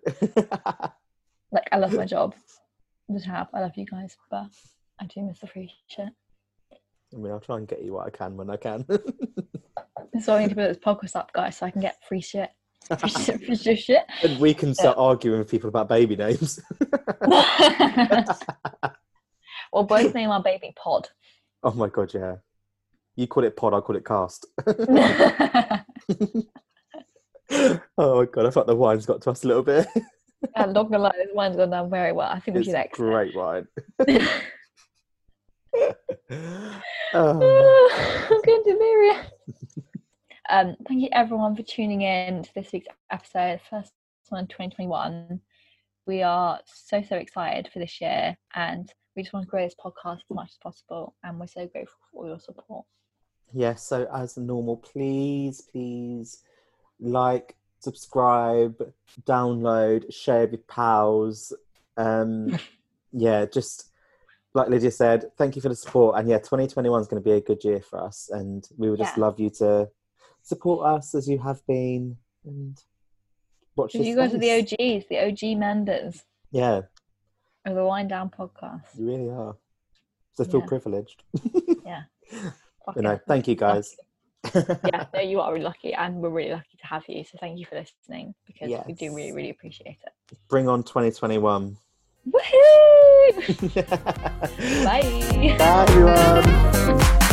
S1: like, I love my job, the tab. I love you guys, but I do miss the free shit.
S2: I mean, I'll try and get you what I can when I can.
S1: So I need to put this podcast up, guys, so I can get free shit. Free shit, free shit, shit.
S2: and we can start arguing with people about baby names.
S1: well, both name our baby Pod.
S2: Oh my god, yeah. You call it pod, I call it cast.
S1: yeah,
S2: oh my god, I thought the wine's got to us a little bit.
S1: I'm not gonna lie, this wine's gone down very well. I think we
S2: It's
S1: should
S2: a
S1: exit.
S2: great wine. Oh,
S1: I'm going delirious. um, thank you everyone for tuning in to this week's episode, first one in 2021. We are so so excited for this year, and we just want to grow this podcast as much as possible. And we're so grateful for all your support.
S2: yeah, so as normal, please, please like, subscribe, download, share with pals. Um, yeah, just like Lydia said, thank you for the support. And yeah, 2021 is going to be a good year for us. And we would just
S1: Yeah.
S2: love you to support us as you have been and watch
S1: So
S2: this
S1: you guys are the
S2: space.
S1: OGs, the OG members
S2: Yeah,
S1: of the Wind Down podcast.
S2: you really are. So feel
S1: Yeah.
S2: privileged.
S1: Fuck
S2: But no,
S1: yeah.
S2: thank you guys.
S1: yeah, no, you are really lucky, and we're really lucky to have you. So thank you for listening because we do really,
S2: Yes.
S1: really appreciate it.
S2: Bring on 2021.
S1: Woohoo!
S2: Bye,
S1: Bye.
S2: everyone.